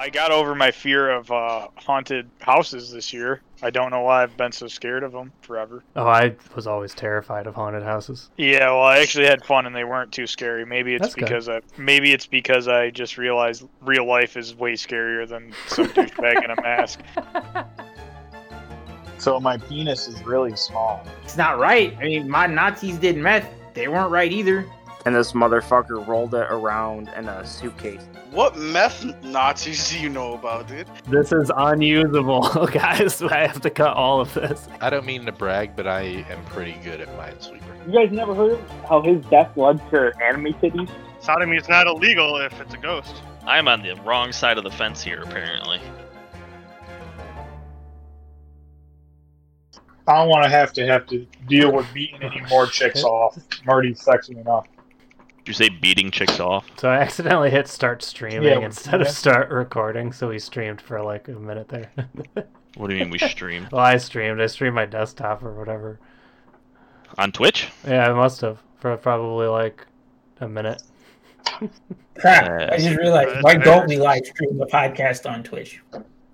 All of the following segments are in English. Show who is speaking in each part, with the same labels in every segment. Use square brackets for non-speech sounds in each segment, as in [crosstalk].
Speaker 1: I got over my fear of uh, haunted houses this year. I don't know why I've been so scared of them forever.
Speaker 2: Oh, I was always terrified of haunted houses.
Speaker 1: Yeah, well, I actually had fun and they weren't too scary. Maybe it's
Speaker 2: That's good.
Speaker 1: because I maybe it's because I just realized real life is way scarier than some
Speaker 3: [laughs]
Speaker 1: douchebag in a [laughs] mask.
Speaker 4: So my penis is really small.
Speaker 5: It's not right. I mean, my Nazis did meth. They weren't right either.
Speaker 6: And this motherfucker rolled it around in a suitcase.
Speaker 7: What meth Nazis do you know about, dude?
Speaker 2: This is unusable, [laughs] guys. I have to cut all of this.
Speaker 8: I don't mean to brag, but I am pretty good at Minesweeper.
Speaker 9: You guys never heard how his death led to anime titties?
Speaker 10: Sodomy is not illegal if it's a ghost.
Speaker 11: I'm on the wrong side of the fence here, apparently.
Speaker 4: I don't want to have to have to deal with beating any more [laughs] chicks off. I'm already sexing enough.
Speaker 11: Did you say beating chicks off?
Speaker 2: So I accidentally hit start streaming
Speaker 4: Yeah,
Speaker 2: instead of
Speaker 4: yeah.
Speaker 2: start recording, so we streamed for like a minute there. [laughs]
Speaker 11: What do you mean
Speaker 3: [laughs]
Speaker 11: we streamed?
Speaker 2: well, I streamed. I streamed my desktop or whatever.
Speaker 11: on Twitch?
Speaker 2: Yeah, I must have for probably like a minute.
Speaker 11: Uh,
Speaker 6: Uh,
Speaker 3: Crap! I just realized
Speaker 10: that's
Speaker 3: why
Speaker 10: fair.
Speaker 3: don't we live stream the podcast on Twitch?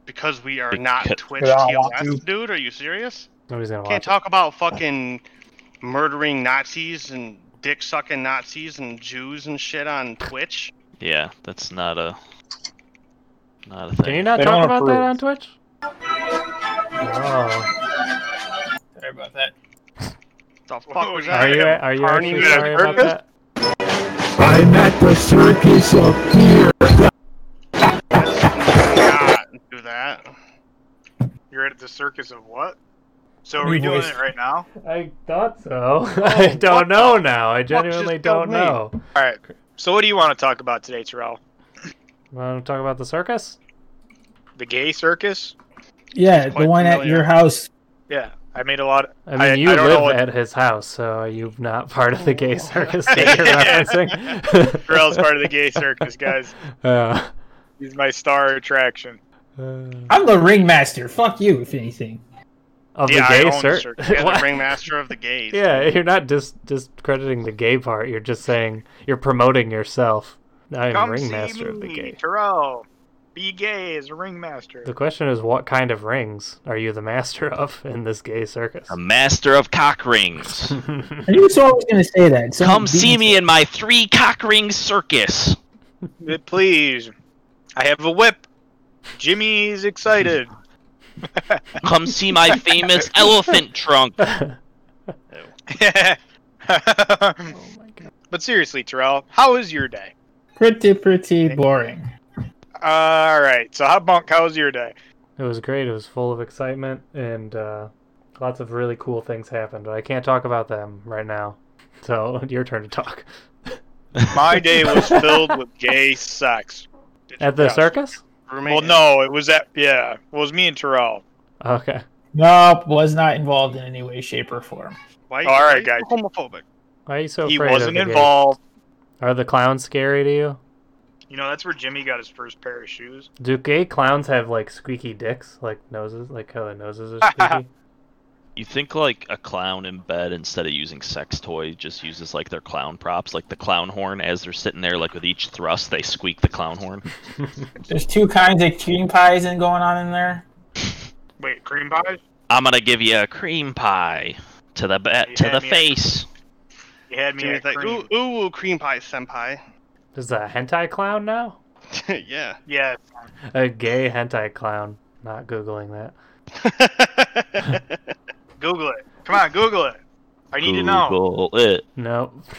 Speaker 10: Because we are not
Speaker 11: Because-
Speaker 10: Twitch
Speaker 4: Yeah, I want
Speaker 10: TOS,
Speaker 4: to.
Speaker 10: dude. Are you serious?
Speaker 2: Nobody's gonna
Speaker 10: Can't
Speaker 2: watch.
Speaker 10: talk about fucking murdering Nazis and dick sucking Nazis and Jews and shit on Twitch.
Speaker 11: Yeah, that's not a not a
Speaker 2: it. Can
Speaker 11: thing.
Speaker 2: you not
Speaker 4: They
Speaker 2: talk
Speaker 4: don't
Speaker 2: about that
Speaker 4: approve.
Speaker 2: on Twitch? Oh,
Speaker 3: Sorry about that.
Speaker 10: The fuck was that?
Speaker 2: are you
Speaker 10: That
Speaker 2: are you
Speaker 10: Carney
Speaker 2: actually
Speaker 10: was
Speaker 2: sorry about
Speaker 10: purpose?
Speaker 2: that?
Speaker 10: God, do that.
Speaker 1: You're at the circus of what? So are we
Speaker 3: New
Speaker 1: doing
Speaker 3: voice.
Speaker 1: it right now?
Speaker 2: I thought so. [laughs] I don't know now. I genuinely
Speaker 1: go
Speaker 2: don't
Speaker 1: away.
Speaker 2: know.
Speaker 1: All right. So what do you want to talk about today, Terrell?
Speaker 2: Want to talk about the circus?
Speaker 1: The gay circus?
Speaker 3: Yeah,
Speaker 10: Quite
Speaker 3: the one at
Speaker 10: familiar.
Speaker 3: your house.
Speaker 1: Yeah, I made a lot. Of,
Speaker 2: I mean,
Speaker 1: I-
Speaker 2: you
Speaker 1: I don't know
Speaker 2: live
Speaker 1: what-
Speaker 2: at his house, so are you not [laughs] part of the gay
Speaker 1: [laughs]
Speaker 2: circus that you're referencing?
Speaker 1: Terrell's part of
Speaker 2: [laughs]
Speaker 1: the gay circus,
Speaker 3: [laughs]
Speaker 1: guys.
Speaker 2: Uh,
Speaker 1: He's my star attraction.
Speaker 2: uh,
Speaker 3: I'm the ringmaster. Fuck you, if anything.
Speaker 2: of
Speaker 1: Yeah, I
Speaker 2: the
Speaker 1: own
Speaker 2: gay
Speaker 1: the
Speaker 2: cir-
Speaker 1: circus.
Speaker 2: [laughs]
Speaker 10: Yeah,
Speaker 2: What?
Speaker 10: the ringmaster of the gays.
Speaker 2: Yeah, you're not dis- discrediting the gay part. You're just saying you're promoting yourself. I am
Speaker 1: Come see
Speaker 2: ringmaster
Speaker 1: me,
Speaker 2: of the gay.
Speaker 1: Terrell. Be gay as a ringmaster.
Speaker 2: The question is, what kind of rings are you the master of in this gay circus? [laughs]
Speaker 11: A master of cock rings.
Speaker 3: I knew someone was gonna say that. [laughs] Someone
Speaker 11: Come
Speaker 3: beat
Speaker 11: see me in my three cock ring circus.
Speaker 1: Please, I have a whip. Jimmy's
Speaker 2: [laughs]
Speaker 1: excited. [laughs]
Speaker 11: Come
Speaker 3: [laughs]
Speaker 11: see my famous elephant trunk.
Speaker 2: oh
Speaker 1: but
Speaker 2: my god.
Speaker 1: seriously, Terrell, how is your day? Uh,
Speaker 3: Pretty, pretty boring.
Speaker 1: All right. So, how bunk? How was your day?
Speaker 2: It was great. It was full of excitement and uh, lots of really cool things happened, but I can't talk about them right now. [laughs] So your turn
Speaker 1: [laughs]
Speaker 2: to talk.
Speaker 1: My day
Speaker 2: [laughs]
Speaker 1: was filled with gay sex.
Speaker 10: Did you
Speaker 2: At the
Speaker 10: guys-
Speaker 2: circus?
Speaker 10: Roommate-
Speaker 1: Well, no, it was at yeah, it was me and Terrell.
Speaker 2: Okay.
Speaker 3: Nope, was not involved in any way, shape, or form.
Speaker 10: Why
Speaker 1: All
Speaker 10: why
Speaker 1: right,
Speaker 10: you
Speaker 1: guys.
Speaker 10: Homophobic.
Speaker 2: Why are you so
Speaker 1: he
Speaker 2: afraid of
Speaker 1: wasn't
Speaker 2: the gays?
Speaker 1: involved.
Speaker 2: Are the clowns scary to you?
Speaker 1: You know, that's where Jimmy got his first pair of shoes.
Speaker 2: Do gay clowns have like squeaky dicks, like noses, like how their noses
Speaker 1: [laughs]
Speaker 2: are squeaky? [laughs]
Speaker 11: You think like a clown in bed instead of using sex toy just uses like their clown props, like the clown horn as they're sitting there like with each thrust they squeak the clown horn.
Speaker 3: There's two kinds of cream pies and going on in there.
Speaker 1: Wait, cream pies?
Speaker 11: I'm going to give you a cream pie to the be- to
Speaker 1: Yeah,
Speaker 11: the
Speaker 1: me-
Speaker 11: face.
Speaker 1: He had me
Speaker 10: Jimmy's
Speaker 1: at
Speaker 10: like,
Speaker 1: cream.
Speaker 10: ooh, ooh, ooh, cream pie, senpai.
Speaker 2: Is a hentai clown now?
Speaker 10: yeah.
Speaker 1: [laughs] Yeah.
Speaker 2: A gay hentai clown. Not googling that.
Speaker 1: Google it. Come on, Google it. I need to know.
Speaker 11: Google it.
Speaker 2: Nope. [laughs]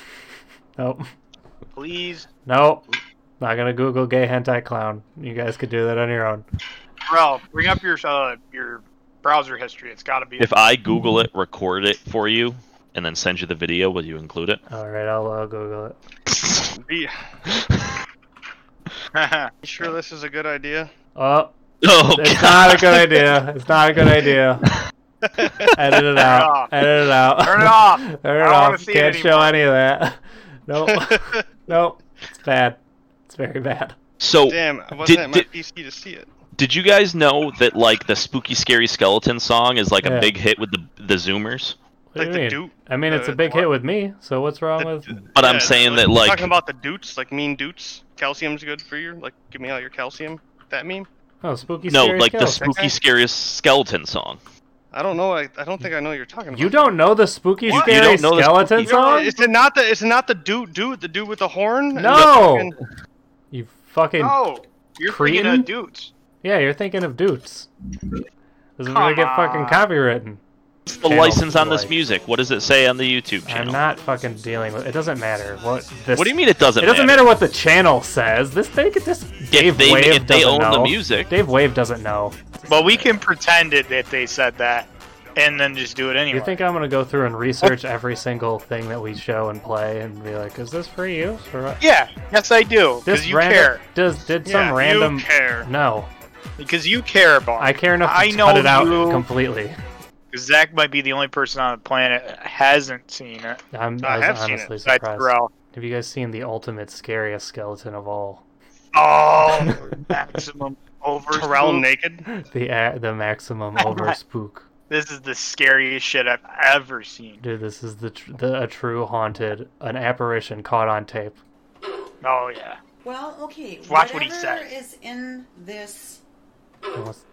Speaker 2: Nope.
Speaker 1: Please,
Speaker 2: Nope. Not gonna Google gay hentai clown. You guys could do that on your own.
Speaker 1: Terrell, bring up your uh, your browser history. It's got to be.
Speaker 11: If I Google it, record it for you, and then send you the video, will you include it?
Speaker 2: All right, I'll, I'll Google it.
Speaker 1: [laughs]
Speaker 10: Be
Speaker 1: I
Speaker 10: you sure this is a good idea?
Speaker 2: Oh,
Speaker 11: [laughs] Oh,
Speaker 2: it's
Speaker 11: God.
Speaker 2: not a good idea. It's not a good idea. Edit it out.
Speaker 1: off.
Speaker 2: Edit it out.
Speaker 1: Turn it off.
Speaker 2: [laughs] Turn it
Speaker 1: don't wanna
Speaker 2: off.
Speaker 1: see it
Speaker 2: Can't show any of that. [laughs] Nope. nope. It's bad. It's very bad.
Speaker 11: So,
Speaker 10: Damn, I wasn't
Speaker 11: Oh, Did-
Speaker 10: at my
Speaker 11: did-
Speaker 10: PC to see it.
Speaker 11: did you guys know that like the spooky scary skeleton song is like
Speaker 2: Yeah.
Speaker 11: a big hit with the the zoomers?
Speaker 2: What do
Speaker 10: like
Speaker 2: you
Speaker 10: the
Speaker 2: mean?
Speaker 10: dude.
Speaker 2: I mean, it's a
Speaker 10: uh,
Speaker 2: big hit
Speaker 10: what?
Speaker 2: with me. So what's wrong
Speaker 10: The-
Speaker 2: with?
Speaker 11: But I'm
Speaker 10: Yeah,
Speaker 11: saying that like
Speaker 10: talking about the dudes, like mean dudes. Calcium's good for you. Like, give me all your calcium. That meme?
Speaker 2: Oh, spooky.
Speaker 11: no,
Speaker 2: scary
Speaker 11: like the
Speaker 2: skeleton.
Speaker 11: spooky, scariest skeleton song.
Speaker 10: I don't know. I, I don't think I know what you're talking about.
Speaker 2: You don't know the spooky,
Speaker 10: What?
Speaker 2: scary
Speaker 11: You don't know the
Speaker 2: skeleton
Speaker 11: spooky-
Speaker 2: song?
Speaker 10: Is it not the? Is it not the dude? Dude, the dude with the horn? and the
Speaker 2: No!
Speaker 10: fucking-
Speaker 2: You fucking
Speaker 12: Oh, you're thinking
Speaker 2: Cretin?
Speaker 12: of dudes.
Speaker 2: yeah, you're thinking of dudes. This is
Speaker 12: Come
Speaker 2: gonna get fucking
Speaker 12: on.
Speaker 2: copywritten.
Speaker 11: What's the
Speaker 2: Channel
Speaker 11: license on this
Speaker 2: life.
Speaker 11: music? What does it say on the YouTube
Speaker 2: I'm
Speaker 11: channel?
Speaker 2: not fucking dealing with. It doesn't matter what this.
Speaker 11: What do you mean it doesn't
Speaker 2: It doesn't
Speaker 11: matter?
Speaker 2: matter what the channel says. This they could this Dave
Speaker 11: they-
Speaker 2: Wave
Speaker 11: if they
Speaker 2: doesn't
Speaker 11: own the
Speaker 2: know.
Speaker 11: music.
Speaker 2: Dave Wave doesn't know.
Speaker 1: But we can pretend it that they said that, and then just do it anyway.
Speaker 2: You think I'm gonna go through and research every single thing that we show and play and be like, is this for you? Or what?
Speaker 1: Yeah, yes, I do. Because
Speaker 2: This
Speaker 1: you
Speaker 2: random
Speaker 1: care.
Speaker 2: does did some
Speaker 1: Yeah, you
Speaker 2: random
Speaker 1: care.
Speaker 2: no.
Speaker 1: Because you care about.
Speaker 2: I care enough to
Speaker 1: I know
Speaker 2: cut it out
Speaker 1: you-
Speaker 2: completely.
Speaker 1: Because Zach might be the only person on the planet that hasn't seen it.
Speaker 2: I'm
Speaker 1: I
Speaker 2: I was
Speaker 1: have seen
Speaker 2: honestly
Speaker 1: it. Besides
Speaker 2: surprised.
Speaker 1: Terrell.
Speaker 2: Have you guys seen the ultimate scariest skeleton of all?
Speaker 1: Oh, [laughs] maximum over.
Speaker 10: Terrell naked.
Speaker 2: The a the maximum over spook.
Speaker 1: This is the scariest shit I've ever seen.
Speaker 2: Dude, this is the, tr- the a true haunted, an apparition caught on tape.
Speaker 1: Oh yeah.
Speaker 13: Well, okay.
Speaker 1: Watch what he
Speaker 13: whatever
Speaker 1: says.
Speaker 13: Is in this.
Speaker 2: Almost-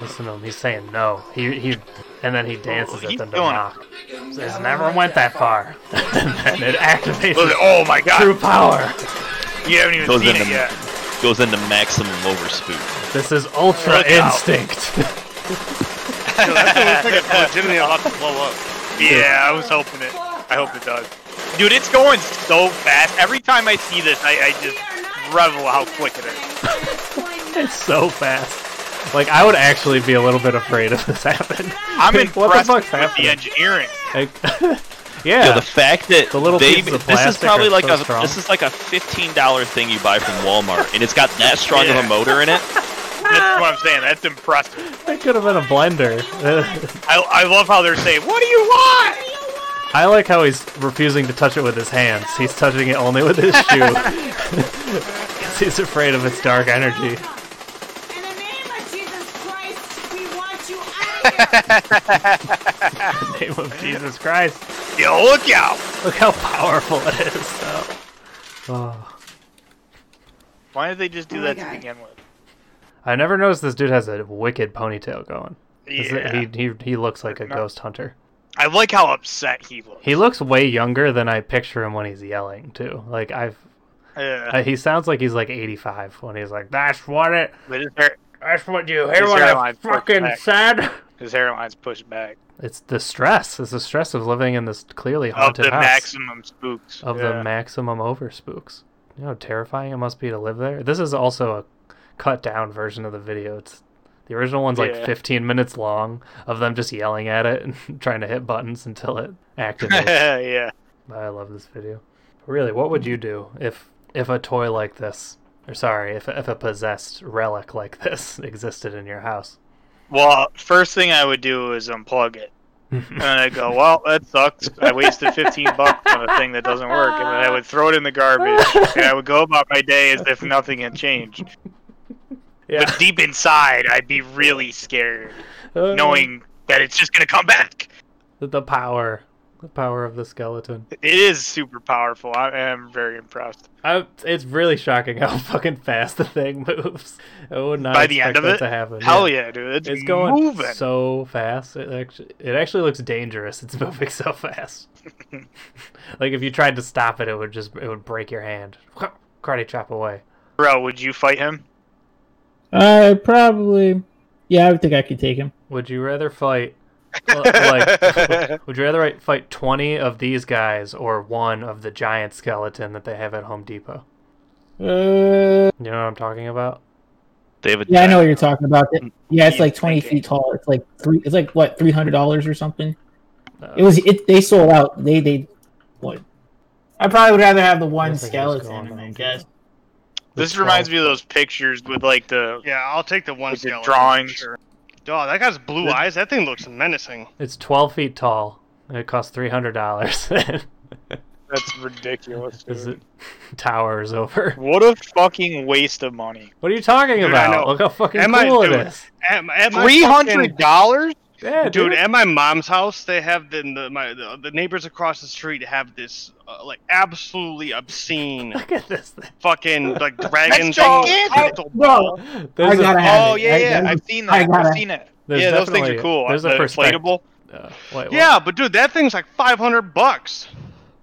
Speaker 2: Listen to him. He's saying no. He he, and then he dances
Speaker 1: Oh,
Speaker 2: at
Speaker 1: he's
Speaker 2: the
Speaker 1: doing it.
Speaker 2: knock. Says never went that far. [laughs] and it activates.
Speaker 1: Look at- oh my God.
Speaker 2: True power.
Speaker 1: You haven't even
Speaker 11: Goes
Speaker 1: seen
Speaker 11: into-
Speaker 1: it yet.
Speaker 11: Goes into maximum overspook.
Speaker 2: This is ultra
Speaker 1: Look out.
Speaker 2: instinct. [laughs]
Speaker 10: Yo,
Speaker 1: [laughs]
Speaker 10: that thing looks like it's legitimately about to blow up.
Speaker 1: Yeah, I was hoping it. I hope it does. Dude, it's going so fast. Every time I see this, I, I just revel how quick it is.
Speaker 2: it's so fast. Like I would actually be a little bit afraid if this [laughs] happened.
Speaker 1: I'm
Speaker 2: Like, what the
Speaker 1: impressed
Speaker 2: fuck's
Speaker 1: with the
Speaker 2: happening?
Speaker 1: engineering.
Speaker 2: Like, [laughs] yeah.
Speaker 11: Yo, the fact that
Speaker 2: The little
Speaker 11: they,
Speaker 2: pieces of
Speaker 11: this is
Speaker 2: plastic
Speaker 11: probably
Speaker 2: are
Speaker 11: like
Speaker 2: so
Speaker 11: a
Speaker 2: strong.
Speaker 11: this is like a fifteen dollar thing you buy from Walmart, and it's got that strong of
Speaker 1: Yeah.
Speaker 11: a motor in it.
Speaker 1: That's what I'm saying. That's impressive.
Speaker 2: That could have been a blender. [laughs]
Speaker 1: I, I love how they're saying, "What do you want?"
Speaker 2: I like how he's refusing to touch it with his hands. He's touching it only with his shoe.
Speaker 1: [laughs]
Speaker 2: 'Cause [laughs] he's afraid of its dark energy. In the name of Jesus Christ, we
Speaker 1: want you out of here. name of Jesus Christ. Yo, look out!
Speaker 2: Look how powerful it is, though. Oh.
Speaker 1: Why did they just do that to begin with?
Speaker 2: I never noticed this dude has a wicked ponytail going. Is it-
Speaker 1: Yeah.
Speaker 2: He, he, he looks like a
Speaker 1: No.
Speaker 2: ghost hunter.
Speaker 1: I like how upset he looks.
Speaker 2: He looks way younger than I picture him when he's yelling, too. Like, I've.
Speaker 1: Yeah.
Speaker 2: Uh, he sounds like he's like 85 when he's like, that's what it.
Speaker 1: But his hair,
Speaker 2: That's what you
Speaker 1: his
Speaker 2: hear what I
Speaker 1: hairline's pushed
Speaker 2: fucking
Speaker 1: back.
Speaker 2: said.
Speaker 1: His hairline's pushed back
Speaker 2: It's the stress. It's the stress of living in this clearly
Speaker 1: of
Speaker 2: haunted
Speaker 1: the
Speaker 2: house.
Speaker 1: maximum spooks
Speaker 2: of
Speaker 1: Yeah.
Speaker 2: the maximum over spooks. You know how terrifying it must be to live there? This is also a cut down version of the video. It's the original one's like
Speaker 1: Yeah.
Speaker 2: 15 minutes long of them just yelling at it [laughs] and trying to hit buttons until it
Speaker 1: [laughs]
Speaker 2: activates.
Speaker 1: yeah.
Speaker 2: But I love this video. Really, what would you do if if a toy like this, or sorry, if if a possessed relic like this [laughs] existed in your house?
Speaker 1: Well, first thing I would do is unplug [laughs] it. and then I'd go, well, that sucks. I wasted 15 bucks on a thing that doesn't work. And then I would throw it in the garbage. And I would go about my day as if nothing had changed.
Speaker 2: Yeah. [laughs]
Speaker 1: But deep inside, I'd be really scared knowing that it's just going to come back.
Speaker 2: Uh, the, the power, the power of the skeleton.
Speaker 1: It is super powerful. I am very impressed.
Speaker 2: I, it's really shocking how [laughs] fucking fast the thing [laughs] moves. I would not
Speaker 1: By the end
Speaker 2: expect
Speaker 1: of
Speaker 2: that
Speaker 1: it?
Speaker 2: to happen.
Speaker 1: Hell yeah, dude. It's,
Speaker 2: It's going
Speaker 1: moving.
Speaker 2: so fast. It actually, it actually looks dangerous. It's [laughs] moving
Speaker 1: [laughs]
Speaker 2: so fast. like if you tried to stop it, it would just it would break your hand. [laughs] Karate chop away.
Speaker 1: Bro, would you fight him?
Speaker 3: I probably. Yeah, I would think I could take him.
Speaker 2: Would you rather fight l-
Speaker 1: [laughs]
Speaker 2: like would you rather like, fight 20 of these guys or one of the giant skeleton that they have at Home Depot?
Speaker 3: Uh,
Speaker 2: You know what I'm talking about?
Speaker 11: They have a
Speaker 3: yeah, I know what you're talking about. Yeah, it's like twenty feet tall. It's like three. It's like what three hundred dollars or something. It was. It they sold out. They they. What? I probably would rather have the one skeleton. I guess.
Speaker 1: This reminds me of those pictures with like the
Speaker 10: Yeah, I'll take the one
Speaker 1: With the
Speaker 10: skeleton.
Speaker 1: drawings.
Speaker 10: Sure. Dog, that guy's blue
Speaker 1: The-
Speaker 10: eyes. That thing looks menacing.
Speaker 2: It's 12 feet tall and it costs [laughs] $300.
Speaker 1: That's ridiculous.
Speaker 2: Is
Speaker 1: dude.
Speaker 2: it towers over? [laughs]
Speaker 1: What a fucking waste of money.
Speaker 2: What are you talking
Speaker 10: Dude, I know.
Speaker 2: about? Look how fucking
Speaker 10: Am I-
Speaker 2: cool it
Speaker 10: dude,
Speaker 2: is.
Speaker 10: At, at my
Speaker 1: Three hundred
Speaker 10: fucking-
Speaker 1: dollars?
Speaker 2: Yeah,
Speaker 10: dude,
Speaker 2: dude. [laughs]
Speaker 10: At my mom's house, they have the the, my, the, the neighbors across the street have this uh, like absolutely obscene. Look
Speaker 2: at this
Speaker 10: fucking like dragon.
Speaker 7: That's gigantic.
Speaker 3: No,
Speaker 1: There's
Speaker 10: I gotta
Speaker 1: a-
Speaker 10: have
Speaker 1: oh
Speaker 10: it.
Speaker 1: yeah,
Speaker 10: I-
Speaker 1: yeah,
Speaker 10: I-
Speaker 1: I've seen that.
Speaker 10: I
Speaker 1: I've
Speaker 10: gotta-
Speaker 1: seen it.
Speaker 10: There's
Speaker 1: yeah, those things are
Speaker 10: definitely-
Speaker 1: cool.
Speaker 10: there's a
Speaker 1: the
Speaker 10: perspect-
Speaker 1: inflatable.
Speaker 2: Uh,
Speaker 10: Yeah, but dude, that thing's like five hundred bucks.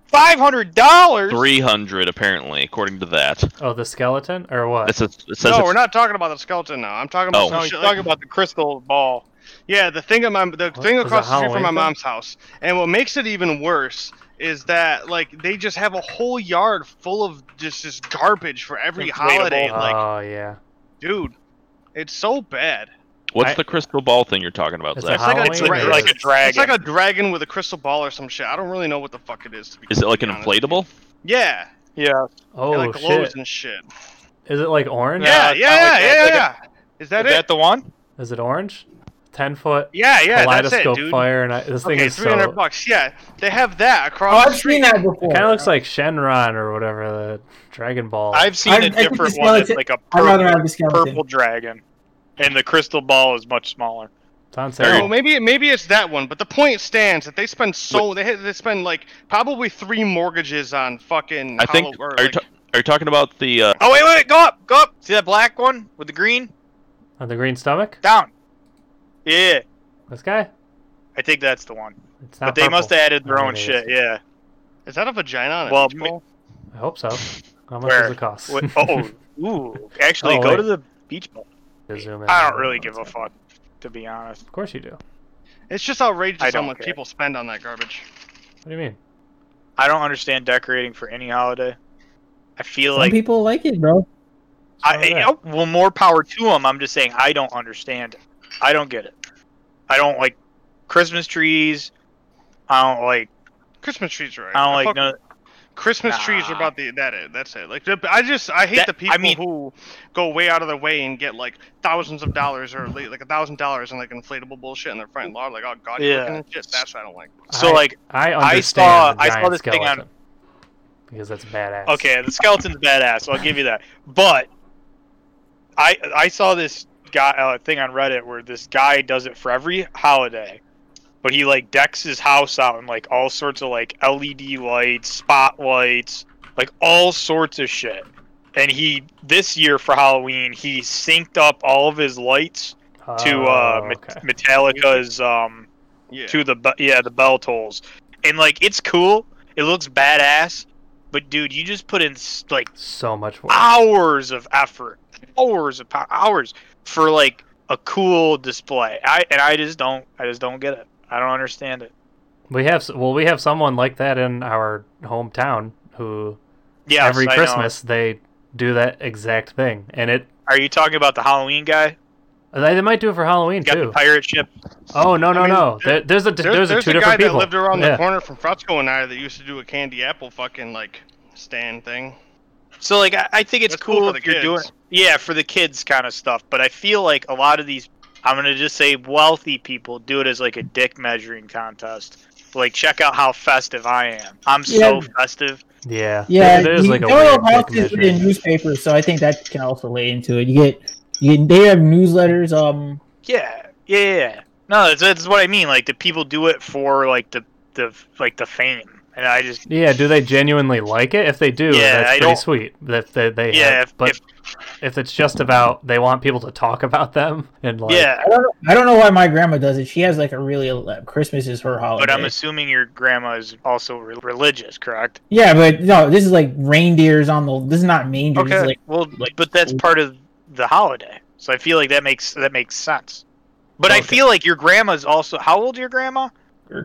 Speaker 1: Five hundred dollars.
Speaker 11: Three hundred apparently, according to that.
Speaker 2: Oh, the skeleton or what?
Speaker 11: It's a, it says
Speaker 10: No,
Speaker 11: it's-
Speaker 10: we're not talking about the skeleton now. I'm talking about
Speaker 11: Oh.
Speaker 10: some
Speaker 11: No, he's
Speaker 10: shit
Speaker 1: talking
Speaker 10: about the crystal ball. Yeah, the thing at my the thing
Speaker 2: Was it
Speaker 10: across the street
Speaker 2: Halloween
Speaker 10: from my
Speaker 2: thing?
Speaker 10: mom's house. And what makes it even worse is that like they just have a whole yard full of just this garbage for every holiday. Like,
Speaker 2: oh yeah.
Speaker 10: dude, it's so bad.
Speaker 11: What's the crystal ball thing you're talking about,
Speaker 2: It's
Speaker 11: Zach?
Speaker 2: a Halloween
Speaker 10: dra-
Speaker 2: or is it-
Speaker 10: It's like a dragon with a crystal ball or some shit. I don't really know what the fuck it is. To be
Speaker 11: Is it like an
Speaker 10: honest.
Speaker 11: inflatable?
Speaker 10: Yeah.
Speaker 1: Yeah.
Speaker 2: Oh
Speaker 10: it, like, glows
Speaker 2: shit.
Speaker 10: and shit.
Speaker 2: Is it like orange?
Speaker 10: Yeah, yeah, yeah,
Speaker 2: yeah,
Speaker 10: yeah, Is that it?
Speaker 1: the one?
Speaker 2: Is it orange? Ten foot.
Speaker 10: Yeah, yeah, that's it,
Speaker 2: Kaleidoscope
Speaker 10: dude.
Speaker 2: fire, and I, this thing
Speaker 10: okay,
Speaker 2: is
Speaker 10: three hundred
Speaker 2: so.
Speaker 10: bucks. Yeah, they have that
Speaker 3: Oh,
Speaker 10: across. the street.
Speaker 2: It kind of looks like Shenron or whatever the Dragon Ball.
Speaker 1: I've seen a different one. It's like a
Speaker 2: I'd rather have the
Speaker 1: purple,
Speaker 2: skeleton.
Speaker 1: purple dragon, and the crystal ball is much smaller.
Speaker 2: Tom said-
Speaker 10: No, Oh, maybe maybe it's that one, but the point stands that they spend so they they spend like probably three mortgages on fucking.
Speaker 11: I think.
Speaker 10: Hallow- or,
Speaker 11: Are you,
Speaker 10: like-
Speaker 11: ta- are you talking about the? Uh,
Speaker 1: Oh wait, wait, wait, go up, go up. See that black one with the green?
Speaker 2: On the green stomach.
Speaker 1: Down. Yeah,
Speaker 2: This guy.
Speaker 1: I think that's the one.
Speaker 2: It's not
Speaker 1: But they
Speaker 2: purple.
Speaker 1: must have added their
Speaker 2: Oh,
Speaker 1: own
Speaker 2: it is.
Speaker 1: shit. Yeah.
Speaker 10: is that a vagina on a
Speaker 1: Well,
Speaker 10: beach
Speaker 1: me-
Speaker 10: ball?
Speaker 2: I hope so. How much
Speaker 1: Where?
Speaker 2: does it cost? [laughs]
Speaker 1: Wait, oh, ooh. Actually,
Speaker 2: Oh,
Speaker 1: go
Speaker 2: wait.
Speaker 1: to the beach ball.
Speaker 2: Zoom in.
Speaker 1: I don't really give a fuck, to be honest.
Speaker 2: Of course you do. What
Speaker 10: It's just outrageous
Speaker 1: I
Speaker 10: how
Speaker 1: don't
Speaker 10: much
Speaker 1: care.
Speaker 10: people spend on that garbage.
Speaker 2: do you mean?
Speaker 1: I don't understand decorating for any holiday. I feel
Speaker 3: Some
Speaker 1: like
Speaker 3: people like it, bro.
Speaker 1: I, oh, well, more power to them. I'm just saying I don't understand it. I don't get it. I don't like Christmas trees. I don't like.
Speaker 10: Christmas trees, are right?
Speaker 1: I don't like
Speaker 10: fuck-
Speaker 1: no.
Speaker 10: Christmas trees are
Speaker 1: Nah.
Speaker 10: about the that it, that's it. Like the- I just I hate
Speaker 1: That-
Speaker 10: the
Speaker 1: I
Speaker 10: people
Speaker 1: mean-
Speaker 10: who go way out of their way and get like thousands of dollars or like like, a thousand dollars in like inflatable bullshit in their front lawn. Like oh god, you're
Speaker 1: Yeah.
Speaker 10: looking at shit. That's what I don't like.
Speaker 1: So
Speaker 2: I-
Speaker 1: like
Speaker 2: I
Speaker 1: I
Speaker 2: understand
Speaker 1: saw-
Speaker 2: the
Speaker 1: I saw
Speaker 2: giant
Speaker 1: this thing on-
Speaker 2: skeleton, because that's badass.
Speaker 1: Okay, the skeleton's badass. So I'll give you that. But I I saw this guy uh, thing on Reddit where this guy does it for every holiday, but he like decks his house out in like all sorts of like LED lights, spotlights, like all sorts of shit. And he this year for Halloween he synced up all of his lights to uh,
Speaker 2: Oh,
Speaker 1: Met-
Speaker 2: okay.
Speaker 1: Metallica's um
Speaker 10: Yeah.
Speaker 1: to the be- yeah the bell tolls, and like it's cool. It looks badass, but dude, you just put in s- like
Speaker 2: So much
Speaker 1: Ah!
Speaker 2: work.
Speaker 1: hours of effort, hours of pow- hours for like a cool display. I and I just don't, I just don't get it. I don't understand it.
Speaker 2: We have s- well, we have someone like that in our hometown who
Speaker 1: Yes,
Speaker 2: every
Speaker 1: I know.
Speaker 2: Christmas they do that exact thing, and it
Speaker 1: Are you talking about the Halloween guy?
Speaker 2: they, they might do it for Halloween
Speaker 1: Got the
Speaker 2: too.
Speaker 1: pirate ship.
Speaker 2: Oh no no
Speaker 10: I mean,
Speaker 2: no! There, there's a
Speaker 10: There-
Speaker 2: there's, a two different
Speaker 10: guy
Speaker 2: people.
Speaker 10: that lived around
Speaker 2: yeah.
Speaker 10: the corner from Frutzko and I that used to do a candy apple fucking like stand thing.
Speaker 1: So like I, I think it's
Speaker 10: That's cool
Speaker 1: cool,
Speaker 10: for
Speaker 1: if
Speaker 10: the
Speaker 1: you're doing
Speaker 10: kids.
Speaker 1: yeah for the kids kind of stuff. But I feel like a lot of these I'm gonna just say wealthy people do it as like a dick measuring contest. Like check out how festive I am. I'm so
Speaker 3: Yeah.
Speaker 1: festive.
Speaker 2: Yeah,
Speaker 3: Yeah,
Speaker 2: There- there's
Speaker 3: you
Speaker 2: like a
Speaker 3: know
Speaker 2: weird
Speaker 3: what else
Speaker 2: dick
Speaker 3: is in
Speaker 2: measuring.
Speaker 3: newspapers, so I think that can also lay into it. You get, you get they have newsletters. Um,
Speaker 1: Yeah, yeah, yeah, yeah. No, that's, that's what I mean. Like the people do it for like the the like the fame, and I just
Speaker 2: Yeah, do they genuinely like it? If they do,
Speaker 1: Yeah,
Speaker 2: that's
Speaker 1: I
Speaker 2: pretty
Speaker 1: don't-
Speaker 2: sweet. That they, they
Speaker 1: Yeah,
Speaker 2: have.
Speaker 1: if-
Speaker 2: but if, it's just about they want people to talk about them and like
Speaker 1: yeah.
Speaker 3: I don't know. I don't know why my grandma does it. She has like a really uh, Christmas is her holiday.
Speaker 1: But I'm assuming your grandma is also re- religious, correct?
Speaker 3: yeah, but no, this is like reindeers on the. This is not reindeer. This
Speaker 1: Okay.
Speaker 3: is like
Speaker 1: well, but that's part of the holiday, so I feel like that makes that makes sense. But I feel like your grandma's also. How old your grandma?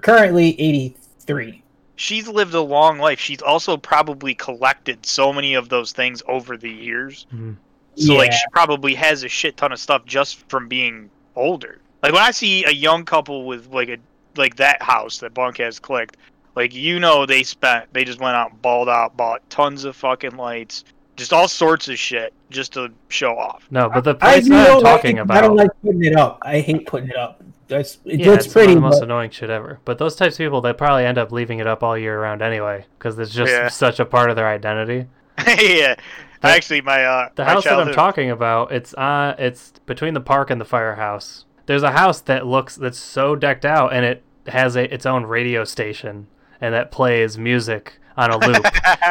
Speaker 3: currently eighty three.
Speaker 1: She's lived a long life. She's also probably collected so many of those things over the years.
Speaker 2: Mm-hmm.
Speaker 1: So like
Speaker 3: Yeah.
Speaker 1: she probably has a shit ton of stuff just from being older. Like when I see a young couple with like a like that house that Bunk has clicked, like you know they spent they just went out and balled out, bought tons of fucking lights, just all sorts of shit just to show off. [laughs]
Speaker 2: no, but the
Speaker 3: I
Speaker 2: place that
Speaker 3: do
Speaker 2: I'm
Speaker 3: like
Speaker 2: talking
Speaker 3: it.
Speaker 2: about.
Speaker 3: I don't like putting it up. I hate putting it up. That's it
Speaker 2: yeah,
Speaker 3: looks
Speaker 2: it's pretty,
Speaker 3: pretty.
Speaker 2: the most
Speaker 3: but-
Speaker 2: annoying shit ever. But those types of people, they probably end up leaving it up all year round anyway, because it's just
Speaker 1: Yeah.
Speaker 2: such a part of their identity.
Speaker 1: yeah, actually my uh
Speaker 2: The
Speaker 1: my
Speaker 2: house that I'm
Speaker 1: childhood-
Speaker 2: talking about, it's uh, it's between the park and the firehouse. There's a house that looks that's so decked out, and it has a its own radio station, and that plays music on
Speaker 1: [laughs]
Speaker 2: a loop,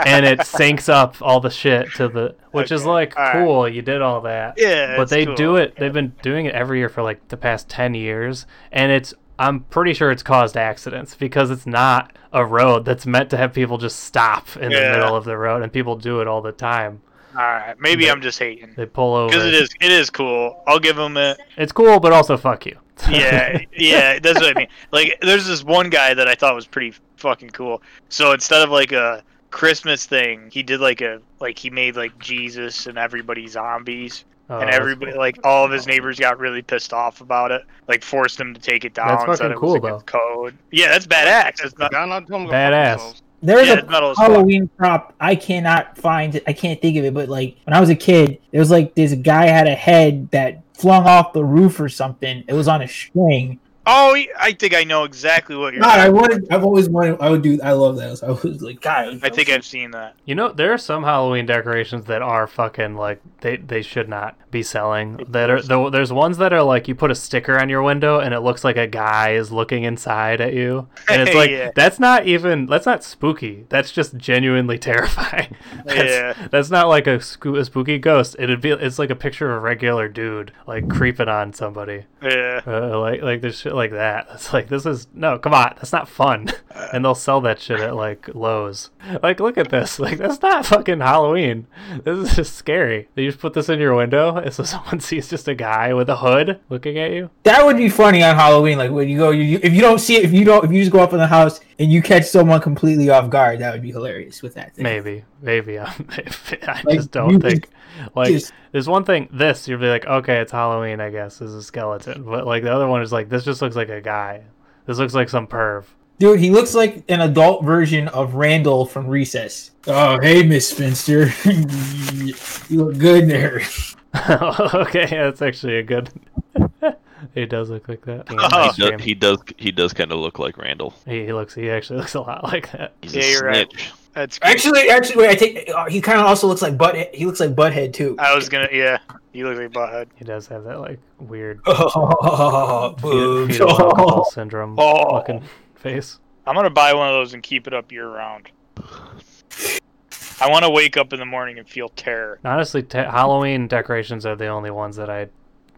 Speaker 2: and it syncs up all the shit to the, which is like cool. You did all that,
Speaker 1: Yeah,
Speaker 2: But
Speaker 1: it's
Speaker 2: they
Speaker 1: cool.
Speaker 2: do it. They've been doing it every year for like the past ten years, and it's. I'm pretty sure it's caused accidents because it's not a road that's meant to have people just stop in
Speaker 1: Yeah.
Speaker 2: the middle of the road, and people do it all the time.
Speaker 1: All right, maybe I'm just hating
Speaker 2: They pull over.
Speaker 1: because it is it is cool. I'll give them a
Speaker 2: It's cool, but also fuck you.
Speaker 1: yeah, yeah, that's what I mean. Like, there's this one guy that I thought was pretty fucking cool. So instead of like a Christmas thing, he did like a like he made like Jesus and everybody zombies,
Speaker 2: [laughs] Oh,
Speaker 1: and
Speaker 2: that's
Speaker 1: everybody like all of his neighbors got really pissed off about it. Like forced him to take it down.
Speaker 2: That's
Speaker 1: said
Speaker 2: fucking
Speaker 1: it was
Speaker 2: cool,
Speaker 1: against Code. Yeah, that's badass. That's not
Speaker 2: Badass.
Speaker 3: There's
Speaker 1: Yeah,
Speaker 3: a
Speaker 1: it's metal as fuck.
Speaker 3: Halloween prop I cannot find. I can't think of it, but like when I was a kid, there was like this guy had a head that flung off the roof or something. It was on a string.
Speaker 1: Oh, I think I know exactly what you're.
Speaker 3: God, I wanted. I've always wanted. I would do. I love those. I was like, God.
Speaker 1: I think I've seen that.
Speaker 2: You know, there are some Halloween decorations that are fucking like they they should not be selling. That are though there's ones that are like you put a sticker on your window and it looks like a guy is looking inside at you,
Speaker 1: [laughs]
Speaker 2: and it's like
Speaker 1: Yeah.
Speaker 2: that's not even that's not spooky. That's just genuinely [laughs] terrifying. That's,
Speaker 1: Yeah.
Speaker 2: that's not like a, scoo- a spooky ghost. It'd be it's like a picture of a regular dude like creeping on somebody.
Speaker 1: Yeah.
Speaker 2: Uh, like like there's shit like that. [laughs] It's like this is no, come on, that's not fun. [laughs] And they'll sell that shit at like Lowe's. Like look at this. [laughs] Like that's not fucking Halloween. This is just scary. They just put this in your window and so [laughs] someone sees just a guy with a hood looking at you.
Speaker 3: That would be funny on Halloween. Like when you go, you, you if you don't see it, if you don't, if you just go up in the house and you catch someone completely off guard, that would be hilarious with that. Thing.
Speaker 2: Maybe, maybe [laughs] I'm, maybe- I
Speaker 3: [laughs] Like,
Speaker 2: just
Speaker 3: you
Speaker 2: don't
Speaker 3: just-
Speaker 2: think. Like,
Speaker 3: just-
Speaker 2: there's one thing. This you'll be like, okay, it's Halloween, I guess. This is a skeleton, but like the other one is like, this just looks like a guy. This looks like some perv.
Speaker 3: Dude, he looks like an adult version of Randall from Recess. Oh, hey, Miss Finster, [laughs] you look good there.
Speaker 2: [laughs] okay, that's actually a good. [laughs] he does look like that. Damn, that's
Speaker 11: he, does,
Speaker 2: shame.
Speaker 11: he does. He does kind of look like Randall.
Speaker 2: He, he looks. He actually looks a lot like that.
Speaker 11: He's a snitch.
Speaker 1: That's
Speaker 3: Actually, actually, wait. I take. Uh, he kind of also looks like butt. He looks like Butthead too.
Speaker 1: I was gonna. Yeah, you look like butthead.
Speaker 2: He does have that like weird
Speaker 3: [laughs] Oh,
Speaker 2: fetal,
Speaker 3: boobs. [laughs]
Speaker 2: fetal alcohol
Speaker 3: Oh.
Speaker 2: syndrome
Speaker 1: Oh.
Speaker 2: looking face.
Speaker 1: I'm gonna buy one of those and keep it up year round. I want to wake up in the morning and feel terror.
Speaker 2: Honestly, te- Halloween decorations are the only ones that I,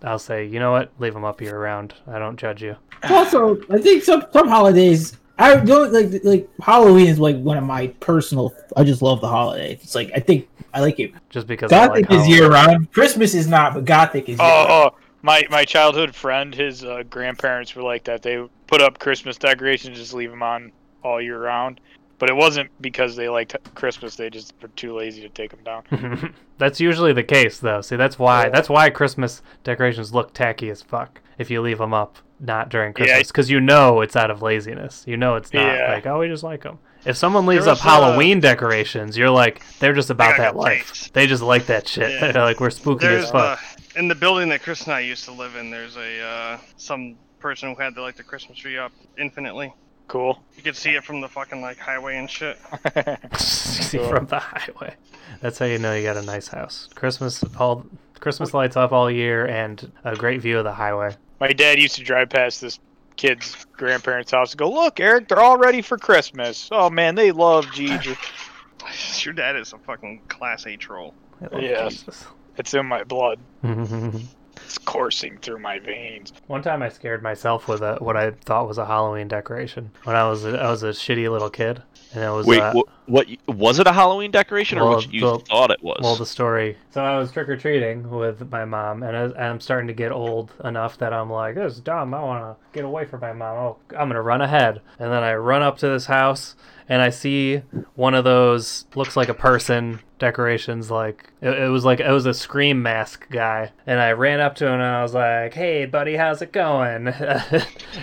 Speaker 2: I'll say. You know what? Leave them up year round. I don't judge you.
Speaker 3: Also, I think some some holidays. I don't like like Halloween is like one of my personal. I just love the holiday. It's like I think I like it.
Speaker 2: Just because I like
Speaker 3: Gothic is
Speaker 2: Halloween.
Speaker 3: year round. Christmas is not, but Gothic is. year-round.
Speaker 1: Oh, oh, my my childhood friend, his uh, grandparents were like that. They put up Christmas decorations, just leave them on all year round. But it wasn't because they liked Christmas; they just were too lazy to take them down.
Speaker 2: [laughs] that's usually the case, though. See, that's why that's why Christmas decorations look tacky as fuck if you leave them up not during
Speaker 1: Yeah, I-
Speaker 2: Christmas because you know it's out of laziness. You know it's not
Speaker 1: Yeah.
Speaker 2: like oh we just like them. If someone leaves
Speaker 1: There
Speaker 2: up
Speaker 1: was, uh,
Speaker 2: Halloween decorations, you're like they're just about that life. They just like that shit. [laughs]
Speaker 10: Yeah.
Speaker 2: They're like we're spooky as
Speaker 10: There's
Speaker 2: fuck.
Speaker 10: uh, in the building that Chris and I used to live in. There's a uh, some person who had the, like the Christmas tree up infinitely.
Speaker 1: Cool.
Speaker 10: You could see it from the fucking like highway and shit. [laughs]
Speaker 2: [laughs] See from the highway. That's how you know you got a nice house. Christmas all Christmas lights up all year and a great view of the highway.
Speaker 1: My dad used to drive past this kid's grandparents' house and go, "Look, Eric, they're all ready for Christmas." Oh man, they love Jesus.
Speaker 10: Your dad is a fucking class A troll.
Speaker 1: yes, it's in my blood.
Speaker 2: [laughs] One
Speaker 1: It's coursing through my veins.
Speaker 2: time I scared myself with a, what I thought was a Halloween decoration when I was a, I was a shitty little kid and it was
Speaker 11: Wait,
Speaker 2: uh,
Speaker 11: what, what? y- Was it a Halloween decoration, or what you
Speaker 2: Well, the-
Speaker 11: thought it was?
Speaker 2: well the story. So I was trick or treating with my mom and I, and I'm starting to get old enough that I'm like this is dumb. I want to get away from my mom. Oh, I'm gonna run ahead and then I run up to this house and I see one of those looks like a person decorations like it, it was like it was a scream mask guy and I ran up to him and I was like hey buddy how's it going [laughs]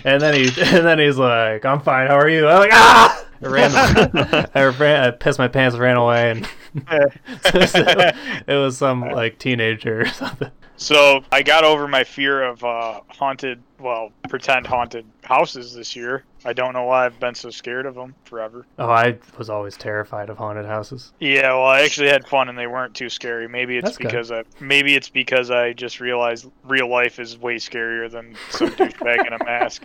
Speaker 2: and then he [laughs] and then he's like I'm fine how are you I'm like ah I ran I ran I pissed my pants ran away and [laughs] it was some like teenager or something
Speaker 1: So I got over my fear of uh, haunted well pretend haunted houses this year. I don't know why I've been so scared of them forever.
Speaker 2: Oh, I was always terrified of haunted houses.
Speaker 1: Yeah, well, I actually had fun and they weren't too scary. Maybe it's
Speaker 2: That's good.
Speaker 1: because I maybe it's because I just realized real life is way scarier than some douchebag in a mask.